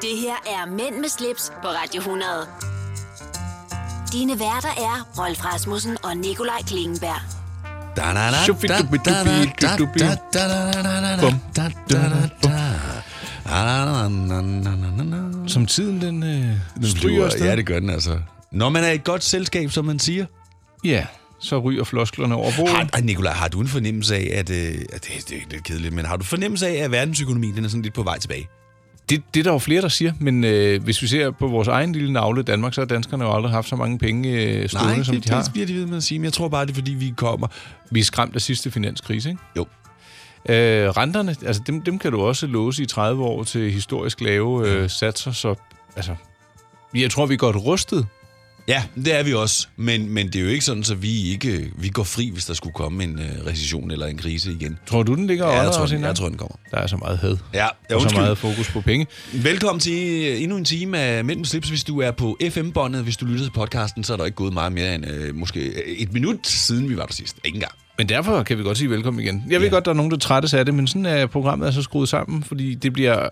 [SPEAKER 1] Det her er Mænd med slips på Radio 100. Dine værter er Rolf Rasmussen og Nikolaj Klingenberg.
[SPEAKER 3] Ah,
[SPEAKER 2] Som tiden den, øh, den stryger afsted.
[SPEAKER 3] Mm. Ja, det gør den altså. Når man er i et godt selskab, som man siger.
[SPEAKER 2] Ja, så ryger flosklerne over bordet.
[SPEAKER 3] Har, ej, Nicolaj, har du en fornemmelse af, at... Øh, at det, det er lidt kedeligt, men har du fornemmelse af, at verdensøkonomien den er sådan lidt på vej tilbage?
[SPEAKER 2] Det, det er der jo flere, der siger, men øh, hvis vi ser på vores egen lille navle i Danmark, så har danskerne jo aldrig haft så mange penge øh, stående,
[SPEAKER 3] Nej,
[SPEAKER 2] som
[SPEAKER 3] det,
[SPEAKER 2] de har.
[SPEAKER 3] det bliver de ved med at sige, men jeg tror bare, det er fordi, vi kommer...
[SPEAKER 2] Vi er skræmt af sidste finanskrise, ikke?
[SPEAKER 3] Jo.
[SPEAKER 2] Øh, renterne, altså dem, dem kan du også låse i 30 år til historisk lave øh, satser, så altså, jeg tror, vi er godt rustet.
[SPEAKER 3] Ja, det er vi også, men, men det er jo ikke sådan, så vi ikke vi går fri, hvis der skulle komme en øh, recession eller en krise igen.
[SPEAKER 2] Tror du, den ligger
[SPEAKER 3] Ja, jeg
[SPEAKER 2] under
[SPEAKER 3] tror,
[SPEAKER 2] os
[SPEAKER 3] den,
[SPEAKER 2] endnu?
[SPEAKER 3] jeg tror, den kommer.
[SPEAKER 2] Der er så meget had.
[SPEAKER 3] Ja, ja
[SPEAKER 2] og så
[SPEAKER 3] undskyld.
[SPEAKER 2] meget fokus på penge.
[SPEAKER 3] Velkommen til øh, endnu en time af Mænd med slips. Hvis du er på FM-båndet, hvis du lytter til podcasten, så er der ikke gået meget mere end øh, måske et minut siden, vi var der sidst. Ikke engang.
[SPEAKER 2] Men derfor kan vi godt sige velkommen igen. Jeg ved ja. godt, der er nogen, der trættes af det, men sådan er programmet altså skruet sammen, fordi det bliver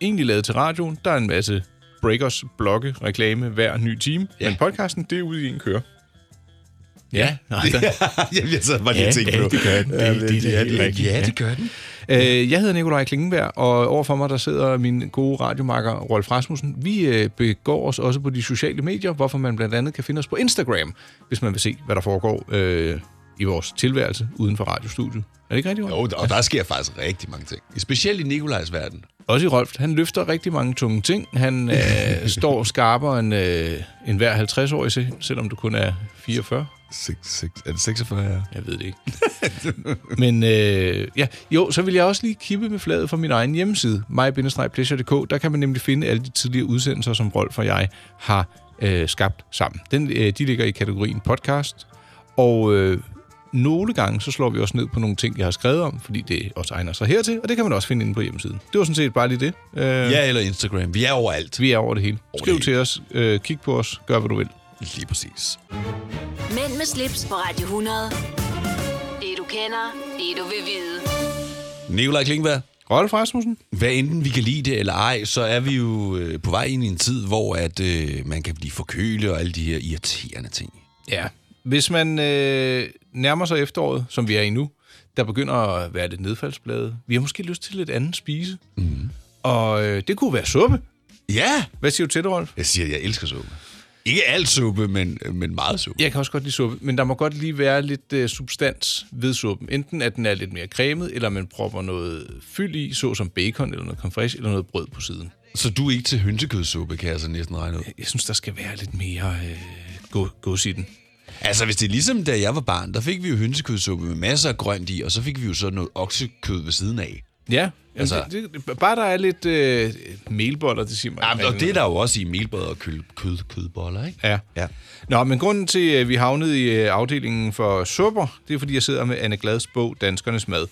[SPEAKER 2] egentlig lavet til radioen. Der er en masse breakers, blokke, reklame hver ny time.
[SPEAKER 3] Ja.
[SPEAKER 2] Ja. Men podcasten, det er ude i en køre.
[SPEAKER 3] Ja.
[SPEAKER 2] nej, der-
[SPEAKER 3] Jamen, altså, jeg sad bare lige og tænkte på. Ja, men det er det rigtigt. Ja, det gør den.
[SPEAKER 2] Øh, jeg hedder Nikolaj Klingenberg, og overfor mig der sidder min gode radiomakker Rolf Rasmussen. Vi øh, begår os også på de sociale medier, hvorfor man blandt andet kan finde os på Instagram, hvis man vil se, hvad der foregår øh, i vores tilværelse uden for radiostudiet. Er det ikke rigtigt, Rolf?
[SPEAKER 3] Jo, og der sker faktisk rigtig mange ting. Specielt i Nikolajs verden.
[SPEAKER 2] Også i Rolf. Han løfter rigtig mange tunge ting. Han øh, står skarpere end, øh, end hver 50-årig, se- selvom du kun er 44.
[SPEAKER 3] 6, 6, er det 46 her?
[SPEAKER 2] Jeg ved det ikke. Men øh, ja, jo, så vil jeg også lige kippe med fladet fra min egen hjemmeside, my-pleasure.dk. Der kan man nemlig finde alle de tidligere udsendelser, som Rolf og jeg har øh, skabt sammen. Den, øh, de ligger i kategorien podcast. Og øh, nogle gange, så slår vi også ned på nogle ting, jeg har skrevet om, fordi det også egner sig hertil, og det kan man også finde inde på hjemmesiden. Det var sådan set bare lige det. Øh,
[SPEAKER 3] Ja, eller Instagram. Vi er overalt.
[SPEAKER 2] Vi er over det hele.
[SPEAKER 3] det
[SPEAKER 2] Skriv
[SPEAKER 3] hele.
[SPEAKER 2] til os, øh, kig på os, gør hvad du vil.
[SPEAKER 3] Lige præcis.
[SPEAKER 1] Mænd med slips på Radio 100. Det du kender, det du vil vide.
[SPEAKER 3] Nikolaj Klingberg,
[SPEAKER 2] Rolf Rasmussen?
[SPEAKER 3] hvad enten vi kan lide det eller ej, så er vi jo øh, på vej ind i en tid, hvor at, øh, man kan blive forkølet og alle de her irriterende ting.
[SPEAKER 2] Ja. Hvis man øh, nærmer sig efteråret, som vi er i nu, der begynder at være lidt nedfaldsblade. Vi har måske lyst til lidt andet spise. Mm.
[SPEAKER 3] Mhm.
[SPEAKER 2] Og øh, det kunne være suppe.
[SPEAKER 3] Ja!
[SPEAKER 2] Hvad siger du til det, Rolf?
[SPEAKER 3] Jeg siger, jeg elsker suppe. Ikke alt suppe, men, øh, men meget suppe.
[SPEAKER 2] Jeg kan også godt lide suppe, men der må godt lige være lidt øh, substans ved suppen. Enten at den er lidt mere cremet, eller man propper noget fyld i, såsom bacon eller noget confresh eller noget brød på siden.
[SPEAKER 3] Så du er ikke til hønsekødssuppe, kan jeg så næsten regne ud.
[SPEAKER 2] Jeg synes, der skal være lidt mere øh, go- gods i den.
[SPEAKER 3] Altså, hvis det er ligesom da jeg var barn, der fik vi jo hønsekødssuppe med masser af grønt i, og så fik vi jo så noget oksekød ved siden af.
[SPEAKER 2] Ja,
[SPEAKER 3] Altså-
[SPEAKER 2] altså, det, det, bare der er lidt øh, melboller, det siger mig.
[SPEAKER 3] Ja,
[SPEAKER 2] ikke
[SPEAKER 3] men, og
[SPEAKER 2] rigtig
[SPEAKER 3] det er der jo også i melbrød og kød, kød, kødboller, ikke?
[SPEAKER 2] Ja.
[SPEAKER 3] Ja.
[SPEAKER 2] ja. Nå, men grunden til, at vi havnede i øh, afdelingen for supper, det er, fordi jeg sidder med Anne Glads bog, Danskernes Mad.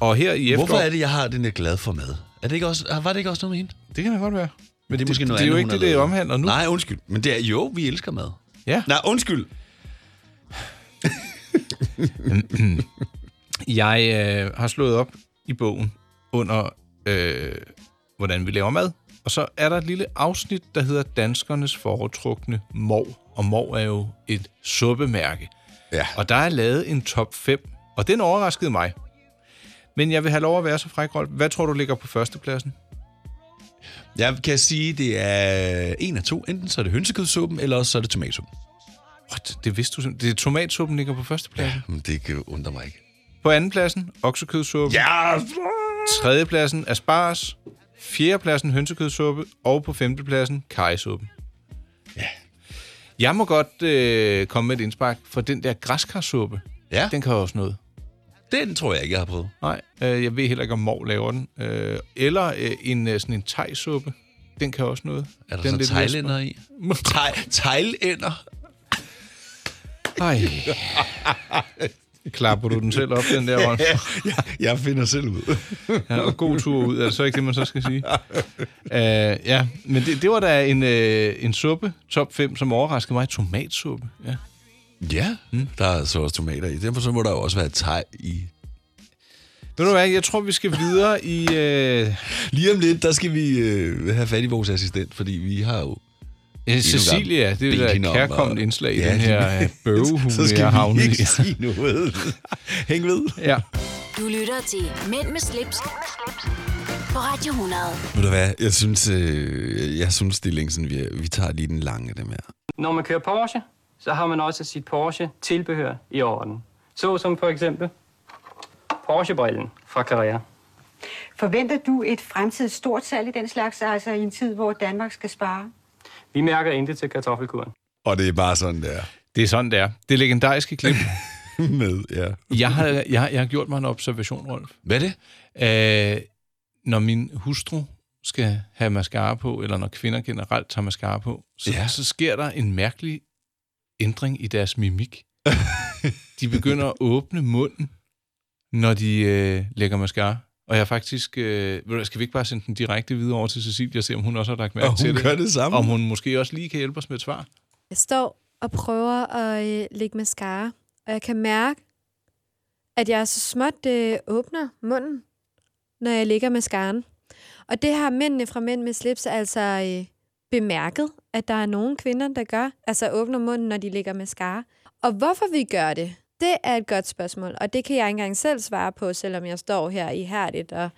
[SPEAKER 2] Og her i
[SPEAKER 3] Hvorfor
[SPEAKER 2] efteråret...
[SPEAKER 3] er det, jeg har den der glad for mad? Er det ikke også, var det ikke også noget med hende?
[SPEAKER 2] det? Det kan da godt være. Men
[SPEAKER 3] det er måske
[SPEAKER 2] det,
[SPEAKER 3] noget
[SPEAKER 2] det er jo
[SPEAKER 3] andet,
[SPEAKER 2] ikke
[SPEAKER 3] hun
[SPEAKER 2] det,
[SPEAKER 3] har
[SPEAKER 2] det
[SPEAKER 3] lavet.
[SPEAKER 2] omhandler nu.
[SPEAKER 3] Nej, undskyld. Men det er, jo, vi elsker mad.
[SPEAKER 2] Ja.
[SPEAKER 3] Nej, undskyld.
[SPEAKER 2] Jeg øh, har slået op i bogen under, øh, hvordan vi laver mad. Og så er der et lille afsnit, der hedder Danskernes foretrukne mor. Og mor er jo et suppemærke.
[SPEAKER 3] Ja.
[SPEAKER 2] Og der er lavet en top 5, og den overraskede mig. Men jeg vil have lov at være så fræk, Rolf. Hvad tror du ligger på førstepladsen?
[SPEAKER 3] Jeg kan sige, det er en af to. Enten så er det hønsekødsuppen, eller også så er det tomatsuppen.
[SPEAKER 2] What? Det vidste du simpelthen. Det er tomatsuppen ligger på førstepladsen. Ja.
[SPEAKER 3] Men det kan undre mig ikke.
[SPEAKER 2] På andenpladsen, oksekødsuppe.
[SPEAKER 3] Ja!
[SPEAKER 2] Tredjepladsen, asparges. Fjerdepladsen, hønsekødsuppe. Og på femtepladsen, kajsuppen. Ja. Jeg må godt øh, komme med et indspark, for den der græskarsuppe,
[SPEAKER 3] Ja.
[SPEAKER 2] den kan også noget.
[SPEAKER 3] Den tror jeg ikke, jeg har prøvet.
[SPEAKER 2] Nej, øh, jeg ved heller ikke, om Mor laver den. Øh, eller øh, en, øh, sådan en tegsuppe. Den kan også noget.
[SPEAKER 3] Er der
[SPEAKER 2] den
[SPEAKER 3] den så thailænder i? Thai- Thailænder?
[SPEAKER 2] Nej. Klapper du den selv op, den der Rolf?
[SPEAKER 3] ja, jeg finder selv ud.
[SPEAKER 2] ja, og god tur ud, er det så ikke det, man så skal sige? uh, ja, men det, det var da en, uh, en suppe, top 5, som overraskede mig. Tomatsuppe, ja.
[SPEAKER 3] Ja, mm. der er så også tomater i. Derfor så må der jo også være teg i.
[SPEAKER 2] Ved du hvad, jeg tror, vi skal videre i... Øh...
[SPEAKER 3] Lige om lidt, der skal vi øh, have fat i vores assistent, fordi vi har jo...
[SPEAKER 2] Ja, Cecilia, det er et kærkommet indslag i ja, den her øh, bøvehule,
[SPEAKER 3] Så skal
[SPEAKER 2] jeg
[SPEAKER 3] vi
[SPEAKER 2] havnet
[SPEAKER 3] ikke
[SPEAKER 2] i.
[SPEAKER 3] sige noget. Hæng ved.
[SPEAKER 2] Ja.
[SPEAKER 1] Du lytter til Mænd med slips, på Radio 100.
[SPEAKER 3] Ved du hvad, jeg synes, øh, jeg synes det er længe siden, vi, vi tager lige den lange, dem her.
[SPEAKER 4] Når man kører Porsche, så har man også sit Porsche-tilbehør i orden. Så som for eksempel Porsche-brillen fra Carrera.
[SPEAKER 7] Forventer du et fremtidigt stort salg i den slags, altså i en tid, hvor Danmark skal spare?
[SPEAKER 4] Vi mærker intet til kartoffelkuren.
[SPEAKER 3] Og det er bare sådan, der.
[SPEAKER 2] Det er sådan, det er. Det legendariske klip.
[SPEAKER 3] Med, ja.
[SPEAKER 2] jeg, har, jeg, jeg har gjort mig en observation, Rolf.
[SPEAKER 3] Hvad er
[SPEAKER 2] det? Øh, når min hustru skal have mascara på, eller når kvinder generelt tager mascara på, så, ja. så sker der en mærkelig ændring i deres mimik. de begynder at åbne munden, når de øh, lægger mascara. Og jeg har faktisk... Øh, ved du, hvad, skal vi ikke bare sende den direkte videre over til Cecilia og se, om hun også har lagt mærke
[SPEAKER 3] Og hun
[SPEAKER 2] til det?
[SPEAKER 3] gør det samme.
[SPEAKER 2] Om hun måske også lige kan hjælpe os med et svar.
[SPEAKER 8] Jeg står og prøver at øh, lægge mascara, og jeg kan mærke, at jeg så småt øh, åbner munden, når jeg lægger mascaraen. Og det har mændene fra Mænd med slips altså øh, bemærket, at der er nogle kvinder, der gør, altså åbner munden, når de lægger mascara. Og hvorfor vi gør det, det er et godt spørgsmål, og det kan jeg ikke engang selv svare på, selvom jeg står her i hærdet og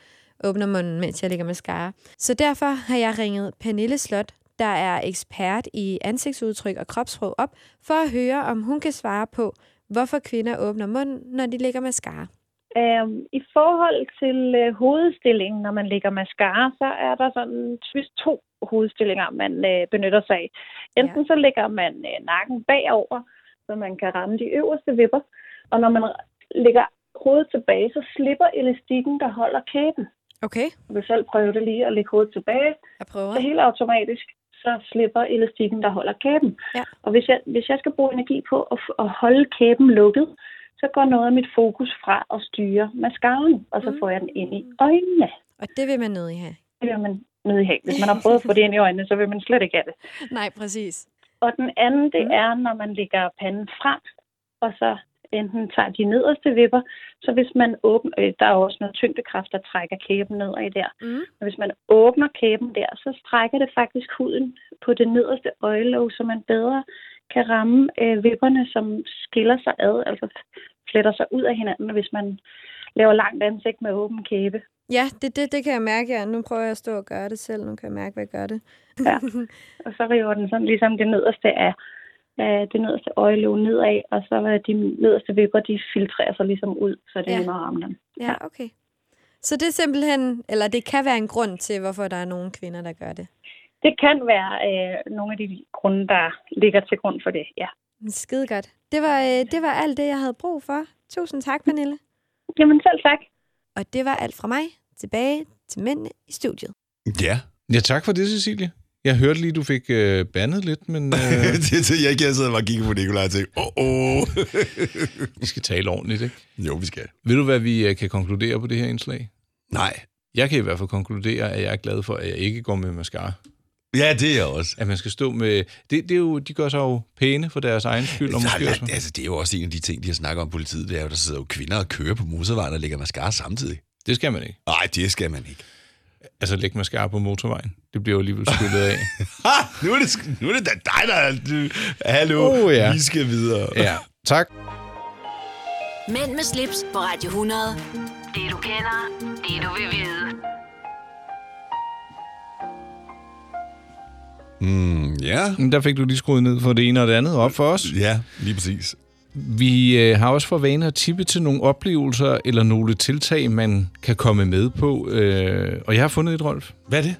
[SPEAKER 8] åbner munden, mens jeg lægger mascara. Så derfor har jeg ringet Pernille Slot, der er ekspert i ansigtsudtryk og kropssprog op, for at høre, om hun kan svare på, hvorfor kvinder åbner munden, når de lægger mascara.
[SPEAKER 9] Øhm, I forhold til øh, hovedstillingen, når man lægger mascara, så er der sådan typisk to hovedstillinger, man øh, benytter sig af. Enten ja. så lægger man øh, nakken bagover, så man kan ramme de øverste vipper, og når man lægger hovedet tilbage, så slipper elastikken, der holder kæben.
[SPEAKER 8] Okay.
[SPEAKER 9] Jeg vil selv prøve det lige at lægge hovedet tilbage.
[SPEAKER 8] Jeg prøver.
[SPEAKER 9] Så helt automatisk, så slipper elastikken, der holder kæben.
[SPEAKER 8] Ja.
[SPEAKER 9] Og hvis jeg, hvis jeg skal bruge energi på at, f- at holde kæben lukket, så går noget af mit fokus fra at styre mascaraen, og så mm. får jeg den ind i øjnene.
[SPEAKER 8] Og det vil man nødig have.
[SPEAKER 9] Det vil man nødig have. Hvis man har prøvet at få det ind i øjnene, så vil man slet ikke have det.
[SPEAKER 8] Nej, præcis.
[SPEAKER 9] Og den anden, det mm. er, når man lægger panden frem, og så enten tager de nederste vipper, så hvis man åbner, øh, der er jo også noget tyngdekraft, der trækker kæben nedad der.
[SPEAKER 8] Mm.
[SPEAKER 9] Men hvis man åbner kæben der, så strækker det faktisk huden på det nederste øjelåg, så man bedre kan ramme øh, vipperne, som skiller sig ad, altså fletter sig ud af hinanden, hvis man laver langt ansigt med åben kæbe.
[SPEAKER 8] Ja, det, det, det kan jeg mærke, ja. Nu prøver jeg at stå og gøre det selv. Nu kan jeg mærke, hvad jeg gør det.
[SPEAKER 9] Ja. Og så river den sådan ligesom det nederste af af det nederste øjelåg nedad, og så er de nederste vipper, de filtrerer sig ligesom ud, så det er
[SPEAKER 8] Ja.
[SPEAKER 9] nemmere at ramme dem.
[SPEAKER 8] Ja, okay. Så det er simpelthen, eller det kan være en grund til, hvorfor der er nogle kvinder, der gør det.
[SPEAKER 9] Det kan være øh, nogle af de grunde, der ligger til grund for det, ja.
[SPEAKER 8] Skide godt. Det var, øh, det var alt det, jeg havde brug for. Tusind tak, Pernille.
[SPEAKER 9] Jamen selv tak.
[SPEAKER 8] Og det var alt fra mig. Tilbage til mændene i studiet.
[SPEAKER 3] Ja.
[SPEAKER 2] Ja, tak for det, Cecilie. Jeg hørte lige, du fik øh, bandet lidt, men... Øh...
[SPEAKER 3] det, det, jeg, jeg sad bare og kiggede på Nikolaj og tænkte, åh, oh, oh.
[SPEAKER 2] vi skal tale ordentligt, ikke?
[SPEAKER 3] Jo, vi skal.
[SPEAKER 2] Ved du, hvad vi øh, kan konkludere på det her indslag?
[SPEAKER 3] Nej.
[SPEAKER 2] Jeg kan i hvert fald konkludere, at jeg er glad for, at jeg ikke går med mascara.
[SPEAKER 3] Ja, det er jeg også.
[SPEAKER 2] At man skal stå med... Det, det er jo, de gør sig jo pæne for deres egen skyld, og måske
[SPEAKER 3] Nej,
[SPEAKER 2] også...
[SPEAKER 3] men, altså, det er jo også en af de ting, de har snakket om politiet, det er jo, der sidder jo kvinder og kører på motorvejen og lægger mascara samtidig.
[SPEAKER 2] Det skal man ikke.
[SPEAKER 3] Nej, det skal man ikke.
[SPEAKER 2] Altså, lægge mascara på motorvejen. Det bliver jo alligevel skyllet af.
[SPEAKER 3] Ha! Nu er det, nu er det da dig, der... er- du- Hallo,
[SPEAKER 2] Oh, ja.
[SPEAKER 3] vi skal videre.
[SPEAKER 2] Ja, tak.
[SPEAKER 1] Mænd med slips på Radio 100. Det du kender, det du vil vide.
[SPEAKER 3] Mm, ja.
[SPEAKER 2] Men der fik du lige skruet ned for det ene og det andet op for os.
[SPEAKER 3] Ja, lige præcis.
[SPEAKER 2] Vi øh, har også for vane at tippe til nogle oplevelser eller nogle tiltag, man kan komme med på. Øh, og jeg har fundet et, Rolf.
[SPEAKER 3] Hvad er det?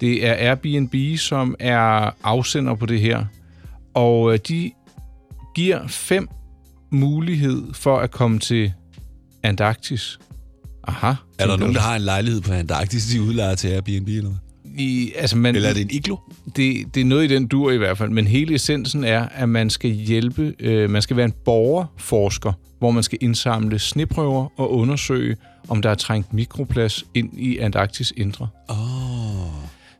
[SPEAKER 2] Det er Airbnb, som er afsender på det her. Og øh, de giver fem mulighed for at komme til Antarktis. Aha.
[SPEAKER 3] Er der
[SPEAKER 2] tænker
[SPEAKER 3] nogen,
[SPEAKER 2] du.
[SPEAKER 3] der har en lejlighed på Antarktis, de udlejer til Airbnb eller hvad?
[SPEAKER 2] I, altså man, Eller er det en iglo? Det, det er noget i den dur i hvert fald, men hele essensen er, at man skal hjælpe, øh, man skal være en borgerforsker, hvor man skal indsamle sneprøver og undersøge, om der er trængt mikroplast ind i Antarktis indre. Oh.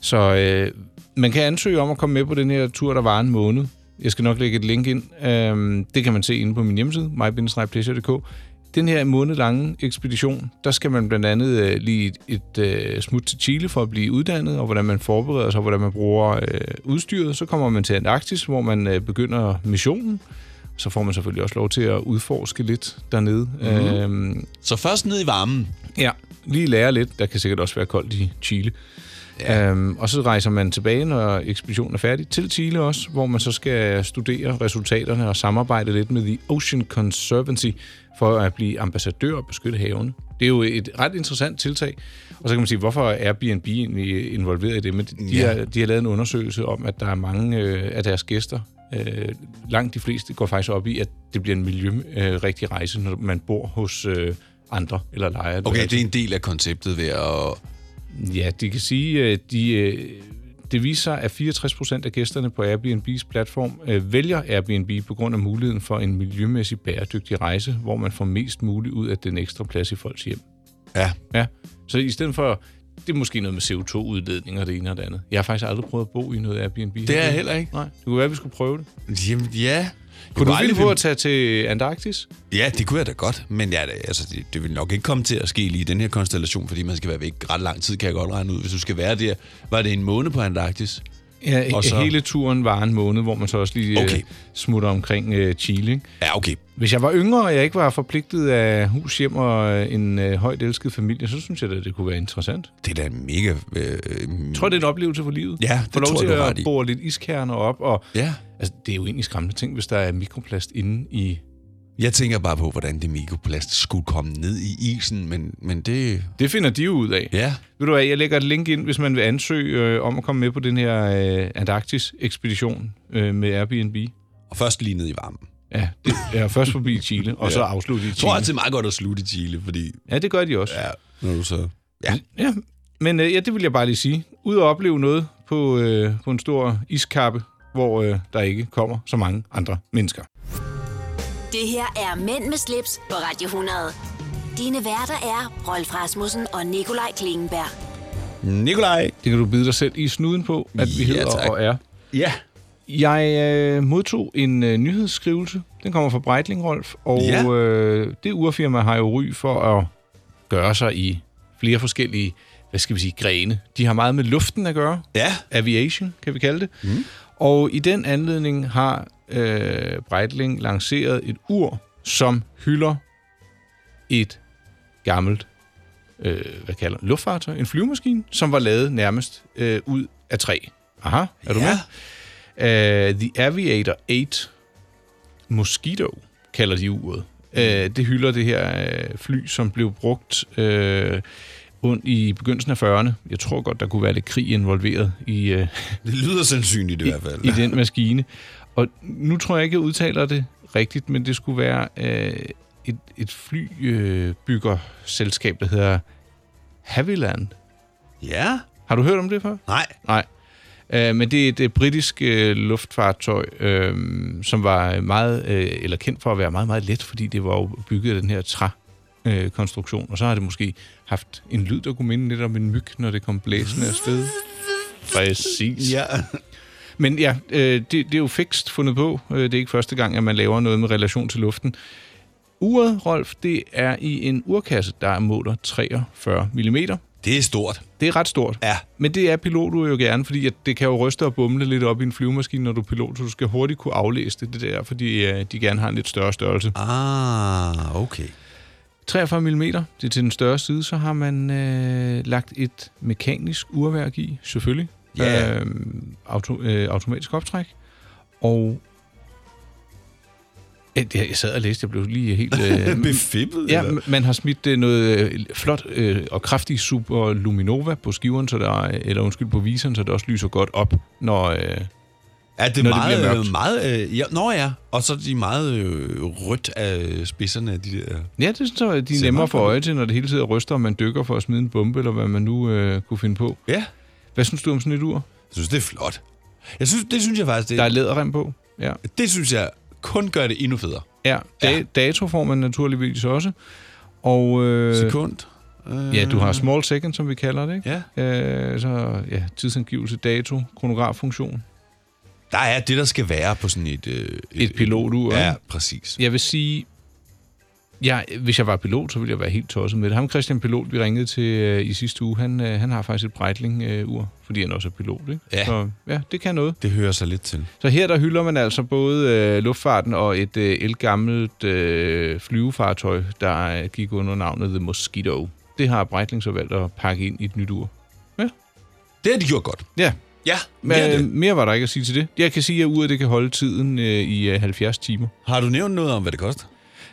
[SPEAKER 2] Så øh, man kan ansøge om at komme med på den her tur, der var en måned. Jeg skal nok lægge et link ind. Øhm, det kan man se inde på min hjemmeside, mybindestrejpleasure.dk. Den her månedlange ekspedition, der skal man blandt andet øh, lige et, et øh, smut til Chile for at blive uddannet, og hvordan man forbereder sig, og hvordan man bruger øh, udstyret. Så kommer man til Antarktis, hvor man øh, begynder missionen. Så får man selvfølgelig også lov til at udforske lidt dernede.
[SPEAKER 3] Mhm.
[SPEAKER 2] Øhm, så først ned i varmen? Ja, lige lære lidt. Der kan sikkert også være koldt i Chile. Ja. Øhm, og så rejser man tilbage, når ekspeditionen er færdig, til Chile også, hvor man så skal studere resultaterne og samarbejde lidt med The Ocean Conservancy for at blive ambassadør og beskytte havene. Det er jo et ret interessant tiltag. Og så kan man sige, hvorfor er Airbnb egentlig involveret i det? Men de,
[SPEAKER 3] Ja.
[SPEAKER 2] ja. har, de har lavet en undersøgelse om, at der er mange øh, af deres gæster, øh, langt de fleste går faktisk op i, at det bliver en miljørigtig rejse, når man bor hos øh, andre eller lejer. et
[SPEAKER 3] Okay,
[SPEAKER 2] værelse.
[SPEAKER 3] det er en del af konceptet ved at...
[SPEAKER 2] Ja, de kan sige, øh, de, øh, det viser sig, at 64 procent af gæsterne på Airbnb's platform øh, vælger Airbnb på grund af muligheden for en miljømæssig bæredygtig rejse, hvor man får mest muligt ud af den ekstra plads i folks hjem.
[SPEAKER 3] Ja.
[SPEAKER 2] ja. Så i stedet for, det er måske noget med CO2-udledning og det ene og det andet. Jeg har faktisk aldrig prøvet at bo i noget Airbnb.
[SPEAKER 3] Det er jeg heller ikke.
[SPEAKER 2] Nej, det kunne være, at vi skulle prøve det.
[SPEAKER 3] Jamen, ja.
[SPEAKER 2] Kunne du finde på at
[SPEAKER 3] tage
[SPEAKER 2] til Antarktis?
[SPEAKER 3] Ja, det kunne jeg da godt, men ja, det, altså, det, det vil nok ikke komme til at ske lige i den her konstellation, fordi man skal være væk ret lang tid, kan jeg godt regne ud. Hvis du skal være der, var det en måned på Antarktis?
[SPEAKER 2] Ja,
[SPEAKER 3] Og så-
[SPEAKER 2] hele turen var en måned, hvor man så også lige okay.
[SPEAKER 3] Okay.
[SPEAKER 2] øh, smutter omkring øh, Chile. Ikke?
[SPEAKER 3] Ja, okay.
[SPEAKER 2] Hvis jeg var yngre, og jeg ikke var forpligtet af hus, hjem og øh, en øh, højt elsket familie, så synes jeg da, det kunne være interessant.
[SPEAKER 3] Det er da en mega... Øh, øh,
[SPEAKER 2] Jeg tror, det er en oplevelse for livet.
[SPEAKER 3] Ja, det
[SPEAKER 2] Få lov
[SPEAKER 3] tror
[SPEAKER 2] til
[SPEAKER 3] jeg, du har
[SPEAKER 2] at
[SPEAKER 3] ret i.
[SPEAKER 2] bore lidt iskerner op. Og,
[SPEAKER 3] ja.
[SPEAKER 2] altså, det er jo egentlig skræmmende ting, hvis der er mikroplast inde i...
[SPEAKER 3] Jeg tænker bare på, hvordan det mikroplast skulle komme ned i isen, men, men det...
[SPEAKER 2] Det finder de jo ud af.
[SPEAKER 3] Ja.
[SPEAKER 2] Ved du hvad, jeg lægger et link ind, hvis man vil ansøge øh, om at komme med på den her øh, Antarktis-ekspedition øh, med Airbnb.
[SPEAKER 3] Og først lige ned i varmen.
[SPEAKER 2] Ja, det er først forbi Chile, og så afslutte i Chile.
[SPEAKER 3] Jeg tror altid meget godt at slutte i Chile, fordi...
[SPEAKER 2] Ja, det gør de også.
[SPEAKER 3] Ja, når du så... Ja.
[SPEAKER 2] Ja, men øh, ja, det vil jeg bare lige sige. Ud og opleve noget på, øh, på en stor iskappe, hvor øh, der ikke kommer så mange andre mennesker.
[SPEAKER 1] Det her er Mænd med slips på Radio 100. Dine værter er Rolf Rasmussen og Nikolaj Klingenberg.
[SPEAKER 3] Nikolaj!
[SPEAKER 2] Det kan du bide dig selv i snuden på, at
[SPEAKER 3] Ja,
[SPEAKER 2] vi hedder
[SPEAKER 3] tak.
[SPEAKER 2] og er.
[SPEAKER 3] Ja.
[SPEAKER 2] Jeg øh, modtog en øh, nyhedsskrivelse. Den kommer fra Breitling, Rolf. Og
[SPEAKER 3] Ja.
[SPEAKER 2] øh, det urfirma har jo ry for at gøre sig i flere forskellige, hvad skal vi sige, grene. De har meget med luften at gøre.
[SPEAKER 3] Ja.
[SPEAKER 2] Aviation, kan vi kalde det. Mm. Og i den anledning har øh, Breitling lanceret et ur, som hylder et gammelt øh, hvad kalder man, luftfartøj, en flyvemaskine, som var lavet nærmest øh, ud af træ. Aha, er du med? Uh, The Aviator 8 Mosquito kalder de uret. Uh, det hylder det her uh, fly, som blev brugt uh, und i begyndelsen af 40'erne. Jeg tror godt, der kunne være lidt krig involveret i, uh,
[SPEAKER 3] Det lyder sandsynligt i, hvert fald.
[SPEAKER 2] i den maskine. Og nu tror jeg ikke, jeg udtaler det rigtigt, men det skulle være uh, et, et flybyggerselskab, der hedder Havilland.
[SPEAKER 3] Ja.
[SPEAKER 2] Har du hørt om det før?
[SPEAKER 3] Nej.
[SPEAKER 2] Nej. Øh, men det er et øh, britisk øh, luftfartøj, øh, som var meget, øh, eller kendt for at være meget, meget let, fordi det var jo bygget af den her træ. Øh, konstruktion, og så har det måske haft en lyd, der kunne minde lidt om en myg, når det kom blæsende afsted. Præcis.
[SPEAKER 3] Ja.
[SPEAKER 2] Men ja, øh, det, det er jo fikst fundet på. Øh, Det er ikke første gang, at man laver noget med relation til luften. Uret, Rolf, det er i en urkasse, der måler 43 mm.
[SPEAKER 3] Det er stort.
[SPEAKER 2] Det er ret stort.
[SPEAKER 3] Ja.
[SPEAKER 2] Men det er piloter jo gerne, fordi at det kan jo ryste og bumle lidt op i en flyvemaskine, når du er pilot, så du skal hurtigt kunne aflæse det, det der, fordi øh, de gerne har en lidt større størrelse.
[SPEAKER 3] Ah, okay.
[SPEAKER 2] 43 mm, det er til den større side, så har man øh, lagt et mekanisk urværk i, selvfølgelig.
[SPEAKER 3] Ja.
[SPEAKER 2] Øh, auto, øh, automatisk optræk. Og Ja, det- jeg sad og læste, jeg blev lige helt... øh,
[SPEAKER 3] Befippet,
[SPEAKER 2] Ja,
[SPEAKER 3] eller?
[SPEAKER 2] m- man har smidt øh, noget øh, flot øh, og kraftig super luminova på skiveren, så der, eller undskyld, på viseren, så det også lyser godt op, når, øh,
[SPEAKER 3] Ja, det er
[SPEAKER 2] når
[SPEAKER 3] meget,
[SPEAKER 2] det bliver
[SPEAKER 3] øh,
[SPEAKER 2] mørkt.
[SPEAKER 3] meget øh, ja, Nå ja, og så er de meget øh, rødt af spidserne af de der...
[SPEAKER 2] Ja, det synes jeg, de er
[SPEAKER 3] Ser
[SPEAKER 2] nemmere
[SPEAKER 3] meget
[SPEAKER 2] for
[SPEAKER 3] godt ud.
[SPEAKER 2] øje til, når det hele tiden ryster, og man dykker for at smide en bombe, eller hvad man nu øh, kunne finde på.
[SPEAKER 3] Ja.
[SPEAKER 2] Hvad synes du om sådan et ur?
[SPEAKER 3] Jeg synes, det er flot. Jeg synes, det synes jeg faktisk, det
[SPEAKER 2] Der er læderrem på. Ja.
[SPEAKER 3] Det synes jeg kun gør det endnu federe.
[SPEAKER 2] Ja, da- ja. dato får man naturligvis også. Og, øh,
[SPEAKER 3] Sekund.
[SPEAKER 2] Ja, du har small second, som vi kalder det, ikke?
[SPEAKER 3] Ja.
[SPEAKER 2] Øh, så ja, tidsangivelse, dato, kronograffunktion.
[SPEAKER 3] Der er det, der skal være på sådan et... Øh, et, et
[SPEAKER 2] pilotur.
[SPEAKER 3] Ja,
[SPEAKER 2] ikke?
[SPEAKER 3] præcis.
[SPEAKER 2] Jeg vil sige, ja, hvis jeg var pilot, så ville jeg være helt tosset med det. Ham Christian Pilot, vi ringede til øh, i sidste uge, han, øh, han har faktisk et Breitling-ur, fordi han også er pilot, ikke?
[SPEAKER 3] Ja.
[SPEAKER 2] Så, ja, det kan noget.
[SPEAKER 3] Det hører sig lidt til.
[SPEAKER 2] Så her der hylder man altså både øh, luftfarten og et øh, elgammelt øh, flyvefartøj, der øh, gik under navnet The Mosquito. Det har Breitling så valgt at pakke ind i et nyt ur. Ja.
[SPEAKER 3] Det har de gjort godt.
[SPEAKER 2] Ja.
[SPEAKER 3] Ja, mere af
[SPEAKER 2] Men,
[SPEAKER 3] det.
[SPEAKER 2] mere, mere var der ikke at sige til det. Jeg kan sige, at uret det kan holde tiden øh, i øh, 70 timer.
[SPEAKER 3] Har du nævnt noget om, hvad det koster?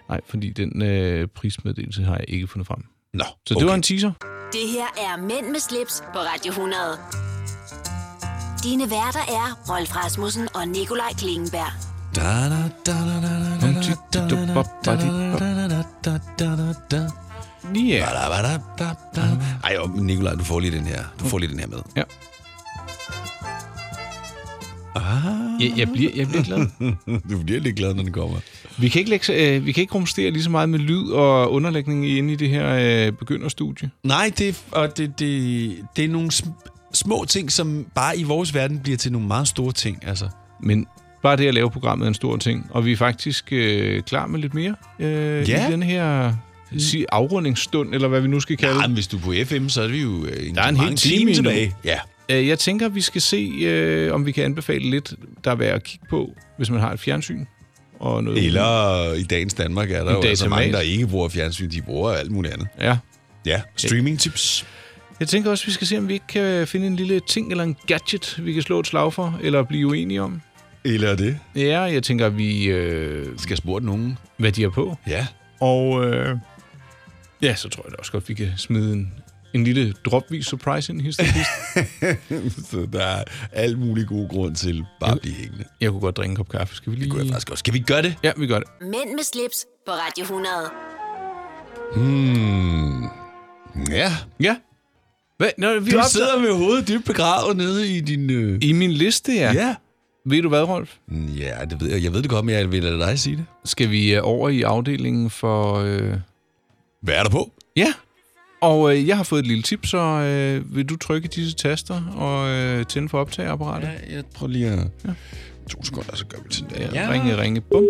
[SPEAKER 2] Nej, fordi den øh, prismeddelelse har jeg ikke fundet frem.
[SPEAKER 3] Nå,
[SPEAKER 2] Så det var en teaser.
[SPEAKER 1] Det her er Mænd med slips på Radio 100. Dine værter er Rolf Rasmussen og Nikolaj Klingenberg.
[SPEAKER 2] Ja.
[SPEAKER 3] Ej, og Nikolaj, du får lige den her, du får lige den her med.
[SPEAKER 2] Ja. Jeg, jeg, bliver, jeg bliver glad.
[SPEAKER 3] du bliver lidt glad, når den kommer.
[SPEAKER 2] Vi kan ikke, lægge, så- øh, vi kan ikke rumstere lige så meget med lyd og underlægning inde i det her øh, begynderstudie.
[SPEAKER 3] Nej, det, og det, det, det er nogle sm- små ting, som bare i vores verden bliver til nogle meget store ting. Altså.
[SPEAKER 2] Men bare det at lave programmet er en stor ting. Og vi er faktisk øh, klar med lidt mere øh,
[SPEAKER 3] Ja.
[SPEAKER 2] i den her sig, afrundingsstund, eller hvad vi nu skal kalde
[SPEAKER 3] Jamen, hvis du er på FM, så er vi jo øh, en,
[SPEAKER 2] Der er en
[SPEAKER 3] mange
[SPEAKER 2] hel
[SPEAKER 3] timer
[SPEAKER 2] time endnu.
[SPEAKER 3] tilbage. Ja.
[SPEAKER 2] Øh, Jeg tænker, vi skal se, øh, om vi kan anbefale lidt, der er værd at kigge på, hvis man har et fjernsyn. Og noget
[SPEAKER 3] Eller i dagens Danmark er der
[SPEAKER 2] En
[SPEAKER 3] jo altså mange,
[SPEAKER 2] datamat.
[SPEAKER 3] der ikke bruger fjernsyn, de bruger alt muligt andet.
[SPEAKER 2] Ja.
[SPEAKER 3] Ja, streaming-tips.
[SPEAKER 2] Jeg tænker også, vi skal se, om vi ikke kan finde en lille ting eller en gadget, vi kan slå et slag for, eller blive uenige om.
[SPEAKER 3] Eller det.
[SPEAKER 2] Ja, jeg tænker, vi... Øh,
[SPEAKER 3] skal spurgte nogen.
[SPEAKER 2] Hvad de har på.
[SPEAKER 3] Ja.
[SPEAKER 2] Og øh, ja, så tror jeg da også godt, vi kan smide en, en lille dropvis surprise ind i historien.
[SPEAKER 3] så der er alt mulig god grund til bare at blive hængende.
[SPEAKER 2] Jeg kunne godt drikke en kop kaffe. Skal vi lige... Det kunne jeg
[SPEAKER 3] faktisk godt. Skal vi gøre det?
[SPEAKER 2] Ja, vi gør det.
[SPEAKER 1] Mænd med slips på Radio 100.
[SPEAKER 3] Hmm. Ja.
[SPEAKER 2] Ja. Hvad? Nå, vi
[SPEAKER 3] Du
[SPEAKER 2] er optaget-
[SPEAKER 3] sidder med hovedet dybt begravet nede i din... Øh...
[SPEAKER 2] I min liste, ja.
[SPEAKER 3] Ja.
[SPEAKER 2] Ved du hvad, Rolf?
[SPEAKER 3] Ja, det ved jeg. Jeg ved det godt, men jeg vil lade dig sige det.
[SPEAKER 2] Skal vi øh, over i afdelingen for... Øh...
[SPEAKER 3] Hvad er der på?
[SPEAKER 2] Ja. Og øh, jeg har fået et lille tip, så øh, vil du trykke disse taster og øh, tænde for optageapparatet?
[SPEAKER 3] Ja, jeg prøver lige at... Ja. To sekunder, så gør vi til det.
[SPEAKER 2] Ja. Ringe, ringe, bum.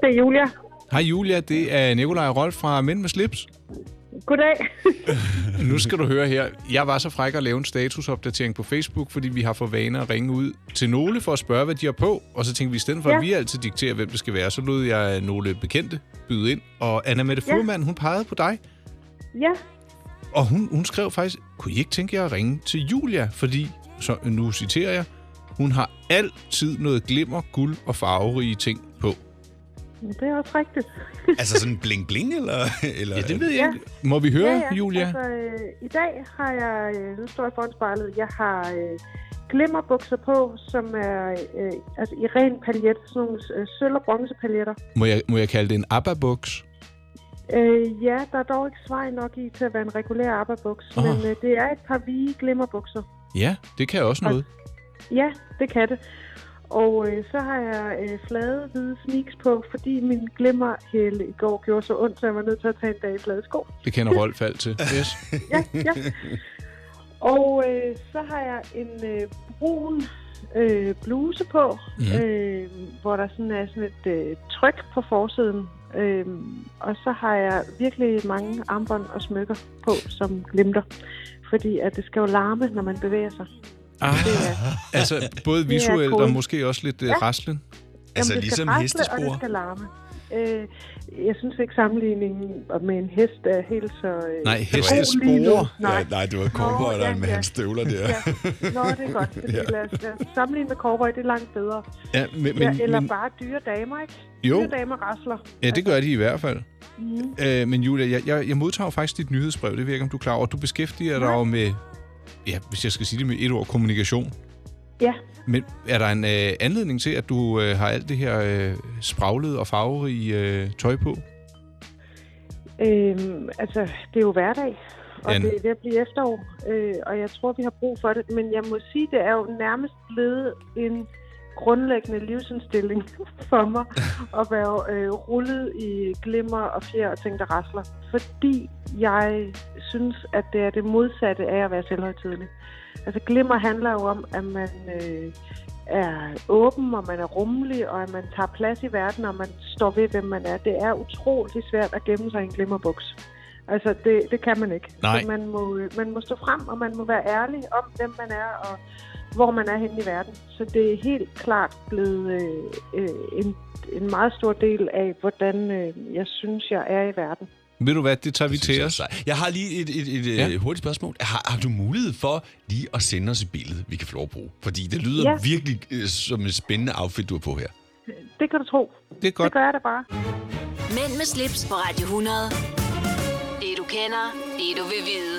[SPEAKER 10] Det er Julia.
[SPEAKER 2] Hej Julia, det er Nikolaj og Rolf fra Mænd med slips.
[SPEAKER 10] Goddag.
[SPEAKER 2] Nu skal du høre her. Jeg var så fræk at lave en statusopdatering på Facebook, fordi vi har for vaner at ringe ud til nogle for at spørge, hvad de har på. Og så tænkte vi, i stedet for ja.
[SPEAKER 10] Ja.
[SPEAKER 2] at vi altid dikterer, hvem det skal være, så lod jeg nogle bekendte byde ind. Og Anna Mette
[SPEAKER 10] Ja.
[SPEAKER 2] Furman, hun pegede på dig.
[SPEAKER 10] Ja,
[SPEAKER 2] Og hun, hun skrev faktisk, kunne I ikke tænke jer at ringe til Julia? Fordi, så nu citerer jeg, hun har altid noget glimmer, guld og farverige ting på.
[SPEAKER 10] det er også rigtigt.
[SPEAKER 3] altså sådan bling-bling, eller, eller... Ja,
[SPEAKER 2] det ved jeg ikke. Må vi høre, ja, ja. Julia?
[SPEAKER 10] Altså, øh, I dag har jeg, øh, nu står jeg foran spejlet, jeg har øh, glimmerbukser på, som er øh, altså, i ren paljet, sådan nogle øh, sølv- og bronzepaljetter.
[SPEAKER 2] Må jeg, må jeg kalde det en ABBA-buks?
[SPEAKER 10] Øh, ja, der er dog ikke svej nok i til at være en regulær arbejdsbuks,
[SPEAKER 2] Åh.
[SPEAKER 10] oh. men øh, det er et par vige glimmerbukser.
[SPEAKER 2] Ja, det kan også noget.
[SPEAKER 10] Ja, det kan det. Og øh, så har jeg øh, flade hvide sneaks på, fordi min glimmerhæle i går gjorde så ondt, så jeg var nødt til at tage en dag i flade sko.
[SPEAKER 2] Det kender Rolf alt til. Yes.
[SPEAKER 10] Ja, ja. Og øh, så har jeg en øh, brun øh, bluse på,
[SPEAKER 2] Mhm.
[SPEAKER 10] mm. øh, hvor der sådan er sådan et øh, tryk på forsiden. Øh, og så har jeg virkelig mange armbånd og smykker på, som glimter. Fordi at det skal jo larme, når man bevæger sig.
[SPEAKER 2] Ah, altså både
[SPEAKER 10] Det er
[SPEAKER 2] visuelt og
[SPEAKER 10] cool.
[SPEAKER 2] måske også lidt ja.
[SPEAKER 10] Ja.
[SPEAKER 2] raslen.
[SPEAKER 3] altså
[SPEAKER 10] Jamen, det
[SPEAKER 3] ligesom
[SPEAKER 10] skal rasle, og det skal larme. Øh, jeg synes ikke, sammenligningen med en hest er helt så... Øh,
[SPEAKER 3] Nej,
[SPEAKER 10] så
[SPEAKER 3] heste
[SPEAKER 10] god lige nu.
[SPEAKER 3] sporer.
[SPEAKER 10] Nej.
[SPEAKER 3] Ja, nej, det var cowboyderen med hans støvler der.
[SPEAKER 10] Ja. Nå, det er godt. Fordi
[SPEAKER 3] Ja.
[SPEAKER 10] ja. lad, os, lad os sammenligne med cowboy, det er langt bedre.
[SPEAKER 2] Ja, men,
[SPEAKER 10] Men,
[SPEAKER 2] men,
[SPEAKER 10] ja, eller
[SPEAKER 2] men,
[SPEAKER 10] bare dyre damer, ikke?
[SPEAKER 2] Jo.
[SPEAKER 10] Dyre damer rasler.
[SPEAKER 2] ja, det gør de i hvert fald.
[SPEAKER 10] Mm.
[SPEAKER 2] Øh, men Julia, jeg, jeg, jeg modtager jo faktisk dit nyhedsbrev. Det ved jeg ikke, om du er klar over. Du beskæftiger dig jo med, ja, hvis jeg skal sige det med et ord, kommunikation.
[SPEAKER 10] Ja.
[SPEAKER 2] Men er der en øh, anledning til, at du øh, har alt det her øh, spraglede og farverige øh, tøj på?
[SPEAKER 10] Øhm, altså, det er jo hverdag. og
[SPEAKER 2] Anne.
[SPEAKER 10] det er ved at blive efterår, øh, og jeg tror, vi har brug for det. Men jeg må sige, det er jo nærmest blevet en grundlæggende livsindstilling for mig at være øh, rullet i glimmer og fjer og ting, der rasler. Fordi jeg synes, at det er det modsatte af at være selvhøjtidelig. Altså glimmer handler jo om, at man øh, er åben, og man er rummelig, og at man tager plads i verden, og man står ved, hvem man er. Det er utrolig svært at gemme sig i en glimmerbuks. Altså, det, det kan man ikke.
[SPEAKER 2] Nej.
[SPEAKER 10] Så man må, øh, man må stå frem, og man må være ærlig om, hvem man er, og hvor man er henne i verden. Så det er helt klart blevet øh, øh, en, en meget stor del af, hvordan øh, jeg synes, jeg er i verden.
[SPEAKER 2] Ved du hvad, det tager vi til os.
[SPEAKER 3] Jeg har lige et, et, et ja. hurtigt spørgsmål. Har, har du mulighed for lige at sende os et billede, vi kan få lov at bruge? Fordi det lyder
[SPEAKER 10] Ja.
[SPEAKER 3] ja. virkelig øh, som et spændende outfit, du har på her.
[SPEAKER 10] Det kan du tro.
[SPEAKER 2] Det er
[SPEAKER 10] Det gør jeg da bare.
[SPEAKER 1] Mænd med slips på Radio 100. Det du kender, det du vil vide.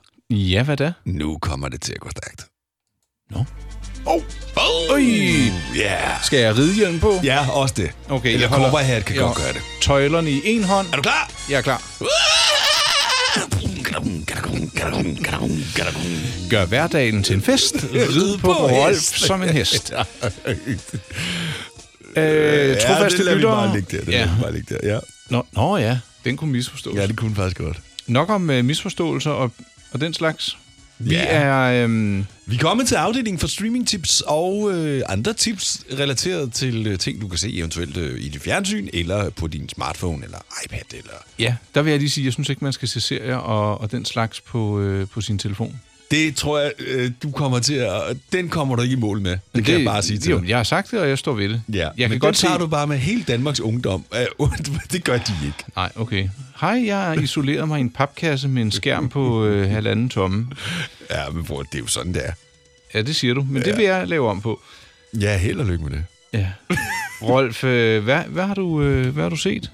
[SPEAKER 2] Ja, hvad da?
[SPEAKER 3] Nu kommer det til at gå stærkt.
[SPEAKER 2] Øj!
[SPEAKER 3] Yeah.
[SPEAKER 2] Skal jeg ride hjelm på?
[SPEAKER 3] Ja, også det.
[SPEAKER 2] Okay,
[SPEAKER 3] Eller
[SPEAKER 2] jeg holder-
[SPEAKER 3] cowboyhat kan
[SPEAKER 2] jeg
[SPEAKER 3] godt gøre det.
[SPEAKER 2] Tøjlerne i en hånd. Er
[SPEAKER 3] du klar?
[SPEAKER 2] Jeg er klar. Gør hverdagen til en fest. Rid på Rolf som en hest. Øh, trofaste
[SPEAKER 3] det lader vi
[SPEAKER 2] lyttere.
[SPEAKER 3] bare ligge der. Det
[SPEAKER 2] Ja.
[SPEAKER 3] ja. lader vi bare ligge der, ja.
[SPEAKER 2] Nå, nå ja, den kunne misforstås.
[SPEAKER 3] Ja, det kunne den faktisk godt.
[SPEAKER 2] Nok om øh, misforståelser og, og den slags. Vi
[SPEAKER 3] Ja.
[SPEAKER 2] er... Øhm,
[SPEAKER 3] Vi er kommet til afdelingen for streamingtips og øh, andre tips relateret til øh, ting, du kan se eventuelt øh, i dit fjernsyn, eller på din smartphone, eller iPad, eller...
[SPEAKER 2] ja, der vil jeg lige sige, jeg synes ikke, man skal se serier og, og den slags på, øh, på sin telefon.
[SPEAKER 3] Det tror jeg, øh, du kommer til at... Den kommer du ikke i mål med. Det, det kan jeg bare sige til
[SPEAKER 2] jo,
[SPEAKER 3] dig.
[SPEAKER 2] jeg har sagt det, og jeg står ved det.
[SPEAKER 3] Ja,
[SPEAKER 2] jeg
[SPEAKER 3] men den tager du bare med hele Danmarks ungdom. Øh, det gør de ikke.
[SPEAKER 2] Nej, okay. Hej, jeg har isoleret mig i en papkasse med en skærm på øh, halvanden tomme.
[SPEAKER 3] Ja, men bror, det er jo sådan, det er.
[SPEAKER 2] Ja, det siger du, men ja. det
[SPEAKER 3] Ja.
[SPEAKER 2] vil jeg lave om på.
[SPEAKER 3] Ja, held og lykke med det.
[SPEAKER 2] Ja. Rolf, øh, hvad, hvad, har du, øh, hvad har du set?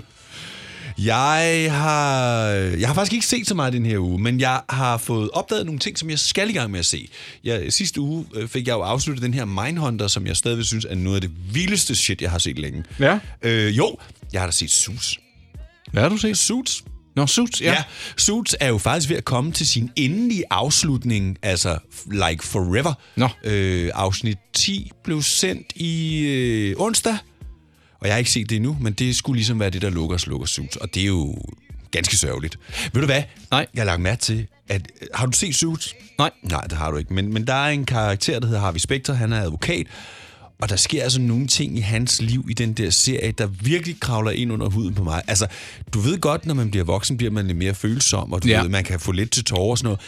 [SPEAKER 3] Jeg har, jeg har faktisk ikke set så meget den her uge, men jeg har fået opdaget nogle ting, som jeg skal i gang med at se. Jeg, sidste uge øh, fik jeg jo afsluttet den her Mindhunter, som jeg stadigvæk synes er noget af det vildeste shit, jeg har set længe.
[SPEAKER 2] Ja.
[SPEAKER 3] Øh, jo, jeg har da set Suits.
[SPEAKER 2] Hvad har du set?
[SPEAKER 3] Suits.
[SPEAKER 2] Nå, Suits,
[SPEAKER 3] ja. ja. Suits er jo faktisk ved at komme til sin endelige afslutning, altså like forever.
[SPEAKER 2] Nå.
[SPEAKER 3] Øh, afsnit 10 blev sendt i øh, onsdag, og jeg har ikke set det endnu, men det skulle ligesom være det, der lukker og slukker Suits, og det er jo ganske sørgeligt. Ved du hvad? Nej. Jeg har lagt mærke til, at... øh, Har du set Suits?
[SPEAKER 2] Nej.
[SPEAKER 3] Nej, det har du ikke, men, men der er en karakter, der hedder Harvey Specter, han er advokat, og der sker altså nogle ting i hans liv i den der serie, der virkelig kravler ind under huden på mig. Altså, du ved godt, når man bliver voksen, bliver man lidt mere følsom, og du
[SPEAKER 2] Ja.
[SPEAKER 3] ja. ved, man kan få lidt til tårer og sådan noget.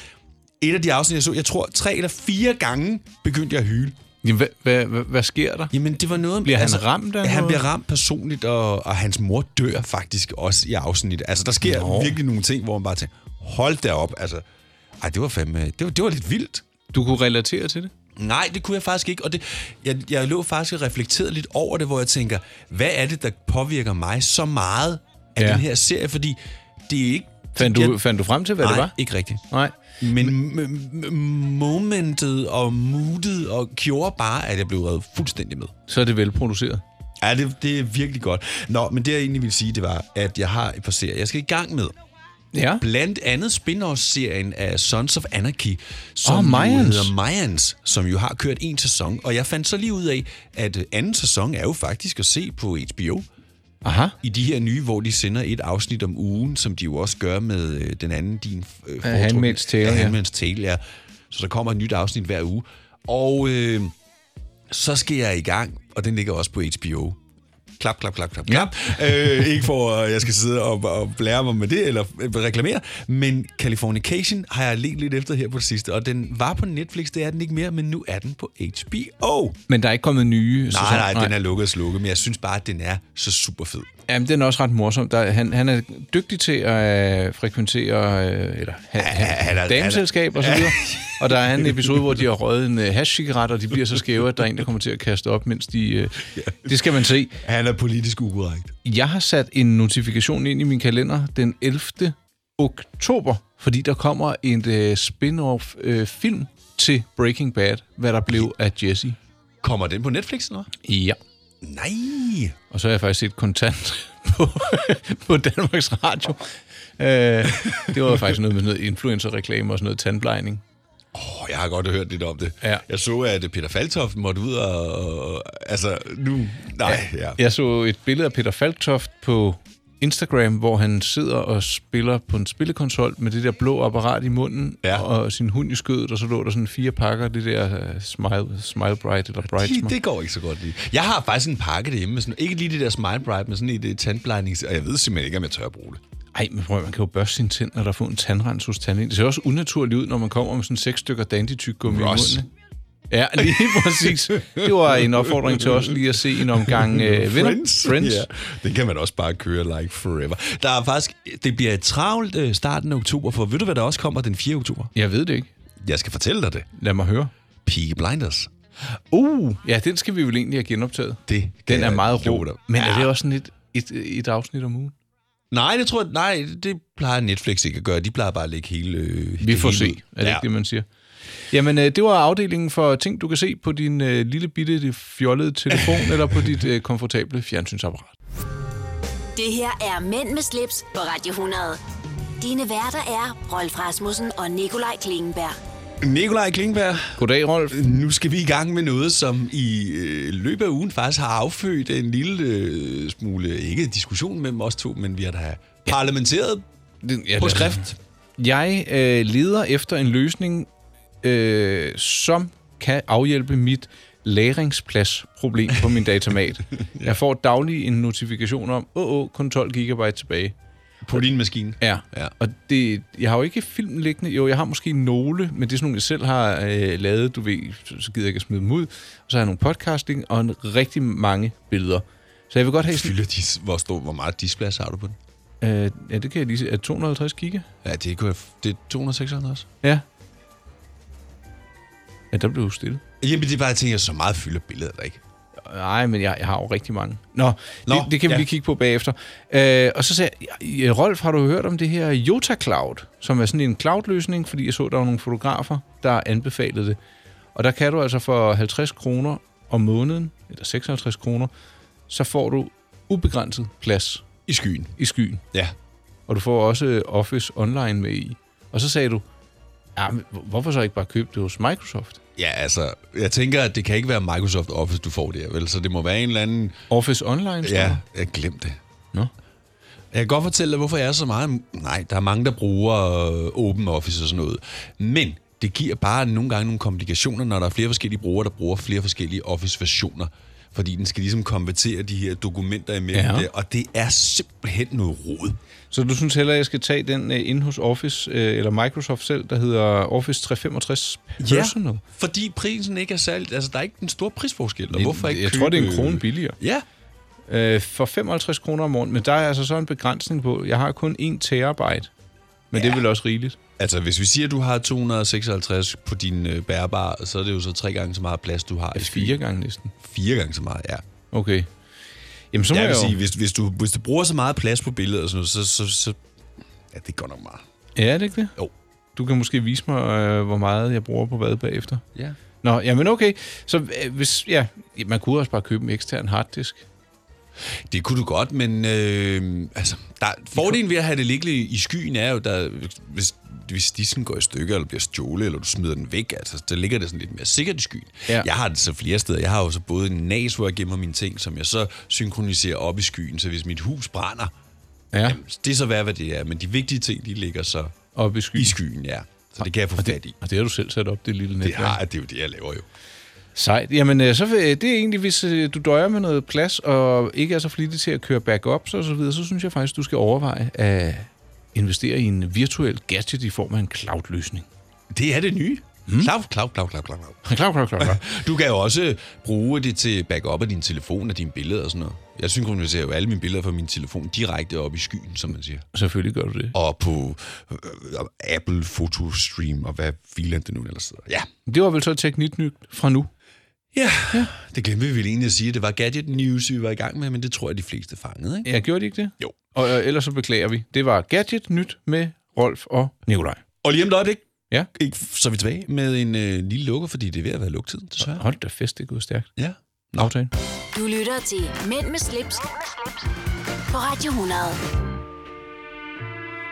[SPEAKER 3] Et af de afsnit, jeg så, jeg tror tre eller fire gange, begyndte jeg at hyle.
[SPEAKER 2] Jamen, hvad, hvad, hvad, hvad sker der?
[SPEAKER 3] Jamen, det var noget... altså,
[SPEAKER 2] Bliver han ramt af
[SPEAKER 3] Han
[SPEAKER 2] noget?
[SPEAKER 3] bliver ramt personligt, og, og hans mor dør faktisk også i afsnittet. Altså, der sker
[SPEAKER 2] Nå.
[SPEAKER 3] Nå. virkelig nogle ting, hvor man bare tænker, hold da op, altså... Ej, det var fandme... Det var, det var lidt vildt.
[SPEAKER 2] Du kunne relatere til det?
[SPEAKER 3] Nej, det kunne jeg faktisk ikke, og det, jeg, jeg lå faktisk og reflekterede lidt over det, hvor jeg tænker, hvad er det, der påvirker mig så meget af
[SPEAKER 2] Ja.
[SPEAKER 3] ja. den her serie, fordi det er ikke...
[SPEAKER 2] Fandt du-
[SPEAKER 3] jeg-
[SPEAKER 2] fandt du frem til, hvad det
[SPEAKER 3] Nej,
[SPEAKER 2] var?
[SPEAKER 3] ikke rigtigt.
[SPEAKER 2] Nej.
[SPEAKER 3] Men m- m- momentet og moodet og gjorde bare, at jeg blev revet fuldstændig med.
[SPEAKER 2] Så er det velproduceret.
[SPEAKER 3] Ja, det, det er virkelig godt. Nå, men det jeg egentlig ville sige, det var, at jeg har et par serier, jeg skal i gang med.
[SPEAKER 2] Ja.
[SPEAKER 3] Blandt andet spin-off-serien af Sons of Anarchy, som
[SPEAKER 2] Åh,
[SPEAKER 3] jo
[SPEAKER 2] Mayans.
[SPEAKER 3] hedder Mayans, som jo har kørt en sæson. Og jeg fandt så lige ud af, at øh, anden sæson er jo faktisk at se på HBO.
[SPEAKER 2] Aha.
[SPEAKER 3] I de her nye, hvor de sender et afsnit om ugen, som de jo også gør med øh, den anden, din øh, foretrukne-
[SPEAKER 2] Handmaid's Tale,
[SPEAKER 3] Ja,
[SPEAKER 2] ja.
[SPEAKER 3] Handmaid's Tale, ja. Så der kommer et nyt afsnit hver uge. Og øh, så skal jeg i gang, og den ligger også på HBO. Klap, klap, klap, klap, klap. øh, ikke for, at jeg skal sidde og, og blære mig med det, eller øh, reklamere, men Californication har jeg let lidt efter her på det sidste, og den var på Netflix, det er den ikke mere, men nu er den på HBO.
[SPEAKER 2] Men der er ikke kommet nye sæsoner?
[SPEAKER 3] Nej, nej, den er lukket og slukket, men jeg synes bare, at den er så super fed.
[SPEAKER 2] Jamen, den er også ret morsom. Der, han, han er dygtig til at øh, frekventere øh, eller, han, ja, han
[SPEAKER 3] er-
[SPEAKER 2] er, dameselskab og så videre. og der er en episode, hvor de har røget en øh, hashcigaret, og de bliver så skæve, at der er en, der kommer til at kaste op, mens de... Øh, det skal man se.
[SPEAKER 3] Han er politisk ukorrekt.
[SPEAKER 2] Jeg har sat en notifikation ind i min kalender den 11. oktober, fordi der kommer en øh, spin-off øh, film til Breaking Bad, hvad der blev af Jesse.
[SPEAKER 3] Kommer den på Netflix eller
[SPEAKER 2] Ja.
[SPEAKER 3] Nej.
[SPEAKER 2] Og så har jeg faktisk set kontant på, på Danmarks Radio. Øh, det var faktisk noget med sådan noget influencer-reklame og sådan noget tandplejning.
[SPEAKER 3] Åh, jeg har godt hørt lidt om det.
[SPEAKER 2] Ja.
[SPEAKER 3] Jeg så, at Peter Faltoft måtte ud og... og altså, nu... Nej, ja.
[SPEAKER 2] Jeg så et billede af Peter Falktoft på Instagram, hvor han sidder og spiller på en spillekonsol med det der blå apparat i munden, ja. og sin hund i skødet, og så lå der sådan fire pakker, af det der øh, smile, smile Bright eller Bright
[SPEAKER 3] Det,
[SPEAKER 2] Smile.
[SPEAKER 3] det går ikke så godt lige. Jeg har faktisk en pakke derhjemme med sådan... Ikke lige det der Smile Bright, men sådan et øh, tandplejnings... Og jeg ved simpelthen ikke, om jeg tør at bruge det.
[SPEAKER 2] Ej, men prøv at, man kan jo børste sine tænder og få en tandrens hos tandlægen. Det ser også unaturligt ud, når man kommer med sådan seks stykker dandy tyggegummi i
[SPEAKER 3] Ross.
[SPEAKER 2] munden. Ja, lige præcis. Det var en opfordring til os lige at se en omgang øh, venner.
[SPEAKER 3] Friends. Ja, det kan man også bare køre like forever. Der er faktisk... Det bliver et travlt øh, starten af oktober, for ved du, hvad der også kommer den 4. oktober?
[SPEAKER 2] Jeg ved det ikke.
[SPEAKER 3] Jeg skal fortælle dig det.
[SPEAKER 2] Lad mig høre.
[SPEAKER 3] Peaky Blinders.
[SPEAKER 2] Uh, ja, den skal vi vel egentlig have genoptaget.
[SPEAKER 3] Det
[SPEAKER 2] den er
[SPEAKER 3] jeg
[SPEAKER 2] meget
[SPEAKER 3] love
[SPEAKER 2] ro.
[SPEAKER 3] dig.
[SPEAKER 2] Men er det også sådan et, et, et afsnit om ugen?
[SPEAKER 3] Nej, det tror jeg, nej, det plejer Netflix ikke at gøre. De plejer bare at lægge hele... Øh,
[SPEAKER 2] Vi
[SPEAKER 3] det
[SPEAKER 2] får
[SPEAKER 3] hele
[SPEAKER 2] se,
[SPEAKER 3] ud.
[SPEAKER 2] er det ja. ikke det, man siger? Jamen, øh, det var afdelingen for ting, du kan se på din øh, lille bitte det fjollede telefon eller på dit øh, komfortable fjernsynsapparat.
[SPEAKER 1] Det her er Mænd med slips på Radio 100. Dine værter er Rolf Rasmussen og Nikolaj Klingenberg.
[SPEAKER 3] Nikolaj Klingberg.
[SPEAKER 2] Goddag, Rolf.
[SPEAKER 3] Nu skal vi i gang med noget, som i øh, løbet af ugen faktisk har affødt en lille øh, smule, ikke diskussion mellem os to, men vi har da parlamenteret
[SPEAKER 2] ja,
[SPEAKER 3] på
[SPEAKER 2] det-
[SPEAKER 3] skrift.
[SPEAKER 2] Jeg øh, leder efter en løsning, øh, som kan afhjælpe mit lagringspladsproblem på min datamat. Jeg får daglig en notifikation om, åh, åh, kun 12 gigabyte tilbage.
[SPEAKER 3] På din maskine?
[SPEAKER 2] Ja, ja. og det, jeg har jo ikke filmen liggende. Jo, jeg har måske nogle, men det er sådan nogle, jeg selv har øh, lavet, du ved, så så gider jeg ikke at smide dem ud. Og så har jeg nogle podcasting og en rigtig mange billeder. Så jeg vil godt have sådan...
[SPEAKER 3] Fylder de, hvor, stor, hvor meget displads har du på den?
[SPEAKER 2] Øh, ja, det kan jeg lige se. Er det 250 giga?
[SPEAKER 3] Ja, det, kunne jeg, f- det er 256.
[SPEAKER 2] Ja. Ja, der blev du stille.
[SPEAKER 3] Jamen, det er bare, jeg tænker, så meget fylder billedet der ikke.
[SPEAKER 2] Nej, men jeg, jeg har jo rigtig mange. Nå,
[SPEAKER 3] Nå,
[SPEAKER 2] Nå det, det kan vi
[SPEAKER 3] ja.
[SPEAKER 2] ja. lige kigge på bagefter. Øh, og så sagde jeg, "Ja, Rolf, har du hørt om det her Jota Cloud, som er sådan en cloud-løsning, fordi jeg så, der var nogle fotografer, der anbefalede det. Og der kan du altså for 50 kroner om måneden, eller 56 kroner, så får du ubegrænset plads.
[SPEAKER 3] I skyen.
[SPEAKER 2] I skyen.
[SPEAKER 3] Ja.
[SPEAKER 2] Og du får også Office Online med i. Og så sagde du, ja, men hvorfor så ikke bare købe det hos Microsoft?
[SPEAKER 3] Ja, altså, jeg tænker, at det kan ikke være Microsoft Office, du får der, vel? Så det må være en eller anden...
[SPEAKER 2] Office Online? står
[SPEAKER 3] Ja,
[SPEAKER 2] der.
[SPEAKER 3] jeg glemte det.
[SPEAKER 2] Nå.
[SPEAKER 3] Jeg kan godt fortælle dig, hvorfor jeg er så meget... Nej, der er mange, der bruger øh, Open Office og sådan noget. Men det giver bare nogle gange nogle komplikationer, når der er flere forskellige brugere, der bruger flere forskellige Office-versioner. Fordi den skal ligesom konvertere de her dokumenter imellem ja.
[SPEAKER 2] Ja.
[SPEAKER 3] det, og det er simpelthen noget rod.
[SPEAKER 2] Så du synes heller, jeg skal tage den øh, inde hos Office, øh, eller Microsoft selv, der hedder Office 365 Personal?
[SPEAKER 3] fordi prisen ikke er særlig... Altså, der er ikke den store prisforskel, og
[SPEAKER 2] En-
[SPEAKER 3] hvorfor ikke
[SPEAKER 2] jeg
[SPEAKER 3] købe,
[SPEAKER 2] tror, det er en
[SPEAKER 3] øh,
[SPEAKER 2] krone billigere.
[SPEAKER 3] Ja.
[SPEAKER 2] Øh, for 55 kroner om året, men der er altså så en begrænsning på. Jeg har kun 1 terabyte, men ja. det er vel også rigeligt.
[SPEAKER 3] Altså, hvis vi siger, at du har 256 på din øh, bærbare, så er det jo så tre gange så meget plads, du har. Ja,
[SPEAKER 2] fire gange næsten.
[SPEAKER 3] Fire gange så meget, ja.
[SPEAKER 2] Okay. Jamen, så må
[SPEAKER 3] jeg
[SPEAKER 2] jeg
[SPEAKER 3] vil
[SPEAKER 2] jo-
[SPEAKER 3] sige, hvis, hvis, du, hvis du bruger så meget plads på billedet og sådan noget, så... så, så ja, det går nok meget.
[SPEAKER 2] Ja, er det ikke det?
[SPEAKER 3] Jo.
[SPEAKER 2] Du kan måske vise mig, øh, hvor meget jeg bruger på hvad bagefter.
[SPEAKER 3] Ja.
[SPEAKER 2] Nå, jamen okay. Så øh, hvis, ja, man kunne også bare købe en ekstern harddisk.
[SPEAKER 3] Det kunne du godt, men øh, altså, der, fordelen ved at have det liggende i skyen er jo, der, hvis, hvis dissen går i stykker, eller bliver stjålet, eller du smider den væk, altså, så ligger det sådan lidt mere sikkert i skyen. Ja. Jeg har det så flere steder. Jeg har jo så både en nas, hvor jeg gemmer mine ting, som jeg så synkroniserer op i skyen, så hvis mit hus brænder,
[SPEAKER 2] ja.
[SPEAKER 3] jamen, det er så værd, hvad det er. Men de vigtige ting, de ligger så
[SPEAKER 2] op i skyen.
[SPEAKER 3] I skyen ja. Så det kan jeg få fat i.
[SPEAKER 2] Og det har du selv sat op, det lille
[SPEAKER 3] Det,
[SPEAKER 2] netværk.
[SPEAKER 3] har, det er jo det, jeg laver jo.
[SPEAKER 2] Sejt. Jamen, øh, så vil, det er egentlig, hvis øh, du døjer med noget plads, og ikke er så flittig til at køre backups og så videre, så synes jeg faktisk, du skal overveje at investere i en virtuel gadget i form af en cloud-løsning.
[SPEAKER 3] Det er det nye. Mm. Klav, klav, klav, klav, klav, klav.
[SPEAKER 2] klav, klav, klav, klav.
[SPEAKER 3] Du kan jo også bruge det til backup af din telefon og dine billeder og sådan noget. Jeg synkroniserer jo alle mine billeder fra min telefon direkte op i skyen, som man siger.
[SPEAKER 2] Selvfølgelig gør du det.
[SPEAKER 3] Og på øh, øh, Apple Photostream og hvad filen det nu ellers hedder. Ja,
[SPEAKER 2] Det var vel så teknik nyt fra nu.
[SPEAKER 3] Ja, ja. det glemte vi vel egentlig at sige. Det var gadget news, vi var i gang med, men det tror jeg, de fleste fangede, ikke?
[SPEAKER 2] Ja, gjorde de ikke det?
[SPEAKER 3] Jo.
[SPEAKER 2] Og øh, ellers så beklager vi. Det var Gadget Nyt med Rolf og Nikolaj.
[SPEAKER 3] Og lige om et øjeblik,
[SPEAKER 2] ja.
[SPEAKER 3] ikke, så er vi tilbage med en øh, lille lukker, fordi det er ved at være lugtid, desværre.
[SPEAKER 2] Hold da fest, det er gået stærkt.
[SPEAKER 3] Ja.
[SPEAKER 2] Nå. Aftale.
[SPEAKER 1] Du lytter til Mænd med slips, på Radio 100.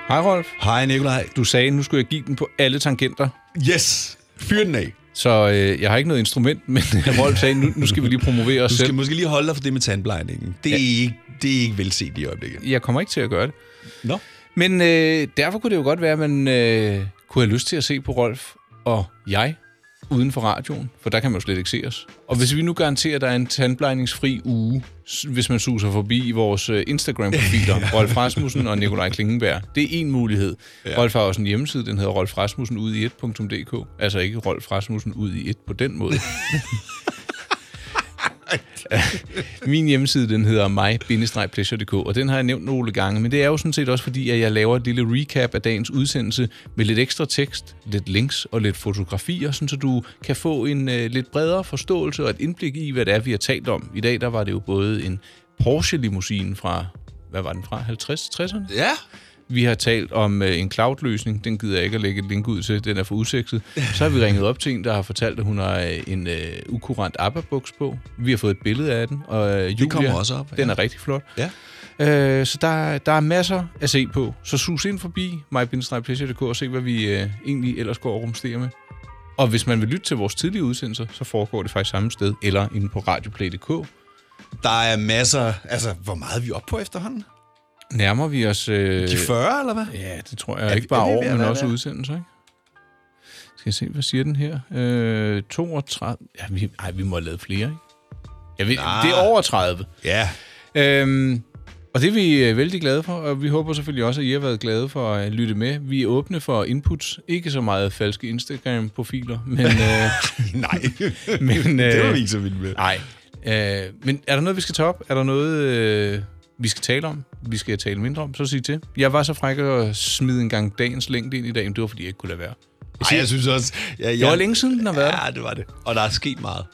[SPEAKER 2] Hej Rolf.
[SPEAKER 3] Hej Nikolaj.
[SPEAKER 2] Du sagde, nu skulle jeg give den på alle tangenter.
[SPEAKER 3] Yes, fyr den af.
[SPEAKER 2] Så øh, jeg har ikke noget instrument, men øh, Rolf sagde, nu, nu skal vi lige promovere os
[SPEAKER 3] Du skal
[SPEAKER 2] selv.
[SPEAKER 3] måske lige holde dig for det med tandplejningen. Det, er ikke, det er ikke velset i øjeblikket.
[SPEAKER 2] Jeg kommer ikke til at gøre det.
[SPEAKER 3] Nå.
[SPEAKER 2] Men øh, derfor kunne det jo godt være, at man øh, kunne have lyst til at se på Rolf og jeg uden for radioen, for der kan man jo slet ikke se os. Og hvis vi nu garanterer, at der er en tandplejningsfri uge, s- hvis man suser forbi i vores øh, Instagram-profiler, ja. Rolf Rasmussen og Nikolaj Klingenberg, det er en mulighed. Ja. Rolf har også en hjemmeside, den hedder Rolf Rasmussen ud i 1.dk. Altså ikke Rolf Rasmussen ud i 1 på den måde. Min hjemmeside, den hedder mig-pleasure.dk, og den har jeg nævnt nogle gange, men det er jo sådan set også fordi, at jeg laver et lille recap af dagens udsendelse med lidt ekstra tekst, lidt links og lidt fotografier, sådan så du kan få en øh, lidt bredere forståelse og et indblik i, hvad det er, vi har talt om. I dag, der var det jo både en Porsche-limousine fra, hvad var den fra, 50-60'erne?
[SPEAKER 3] Ja.
[SPEAKER 2] Vi har talt om øh, en cloud-løsning. Den gider jeg ikke at lægge et link ud til. Den er for usekset. Så har vi ringet op til en, der har fortalt, at hun har øh, en øh, ukurant ABBA-buks på. Vi har fået et billede af den. Og øh, Julia,
[SPEAKER 3] kommer også op,
[SPEAKER 2] Den
[SPEAKER 3] ja.
[SPEAKER 2] er rigtig flot.
[SPEAKER 3] Ja.
[SPEAKER 2] Øh, så der, der er masser at se på. Så sus ind forbi mybindestrejpleasure.dk og se, hvad vi øh, egentlig ellers går og rumsterer med. Og hvis man vil lytte til vores tidlige udsendelser, så foregår det faktisk samme sted, eller inde på radioplay.dk.
[SPEAKER 3] Der er masser... Altså, hvor meget er vi oppe på efterhånden?
[SPEAKER 2] Nærmer vi os... Øh,
[SPEAKER 3] De 40, eller hvad?
[SPEAKER 2] Ja, det tror jeg.
[SPEAKER 3] Er
[SPEAKER 2] Er,
[SPEAKER 3] vi-
[SPEAKER 2] ikke bare
[SPEAKER 3] er vi ved
[SPEAKER 2] år,
[SPEAKER 3] at
[SPEAKER 2] men
[SPEAKER 3] være
[SPEAKER 2] også
[SPEAKER 3] der?
[SPEAKER 2] udsendelser, ikke? Skal jeg se, hvad siger den her? Øh, 32... Ja, vi, ej, vi må have lavet flere, ikke? Jeg ved,
[SPEAKER 3] Nej.
[SPEAKER 2] det er over 30.
[SPEAKER 3] Ja.
[SPEAKER 2] Øhm, og det er vi øh, vældig glade for, og vi håber selvfølgelig også, at I har været glade for at øh, lytte med. Vi er åbne for inputs. Ikke så meget falske Instagram-profiler, men... Øh,
[SPEAKER 3] Nej,
[SPEAKER 2] men,
[SPEAKER 3] det var vi ikke så vilde med.
[SPEAKER 2] Nej. Øh, men er der noget, vi skal tage op? Er der noget, øh, vi skal tale om? Vi skal tale mindre om? Så sig til. Jeg var så fræk at smide en gang dagens længde ind i dag, men det var, fordi jeg ikke kunne lade være.
[SPEAKER 3] Ej, jeg synes også... Ja,
[SPEAKER 2] Det var længe siden, den har været
[SPEAKER 3] Ja, det var det. Og der er sket meget.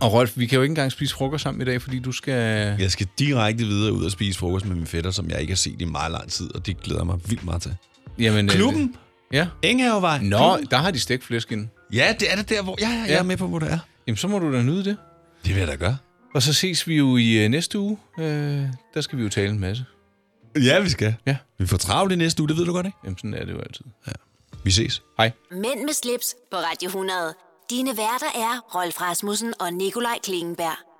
[SPEAKER 2] Og Rolf, vi kan jo ikke engang spise frokost sammen i dag, fordi du skal...
[SPEAKER 3] Jeg skal direkte videre ud og spise frokost med min fætter, som jeg ikke har set i meget lang tid, og det glæder jeg mig vildt meget til.
[SPEAKER 2] Jamen, øh,
[SPEAKER 3] Klubben?
[SPEAKER 2] Ja.
[SPEAKER 3] Enghavevej.
[SPEAKER 2] Nå, der har de stækflæsk inden.
[SPEAKER 3] Ja, det er det der, hvor... Ja, ja, jeg
[SPEAKER 2] Ja.
[SPEAKER 3] er med på, hvor det er.
[SPEAKER 2] Jamen, så må du da nyde det.
[SPEAKER 3] Det vil jeg da gøre.
[SPEAKER 2] Og så ses vi jo i øh, næste uge. Øh, der skal vi jo tale en masse.
[SPEAKER 3] Ja, vi skal.
[SPEAKER 2] Ja.
[SPEAKER 3] Vi får travlt i næste uge, det ved du godt, ikke?
[SPEAKER 2] Jamen, sådan er det jo altid.
[SPEAKER 3] Ja. Vi ses.
[SPEAKER 2] Hej.
[SPEAKER 1] Mænd med slips på Radio 100. Dine værter er Rolf Rasmussen og Nikolaj Klingenberg.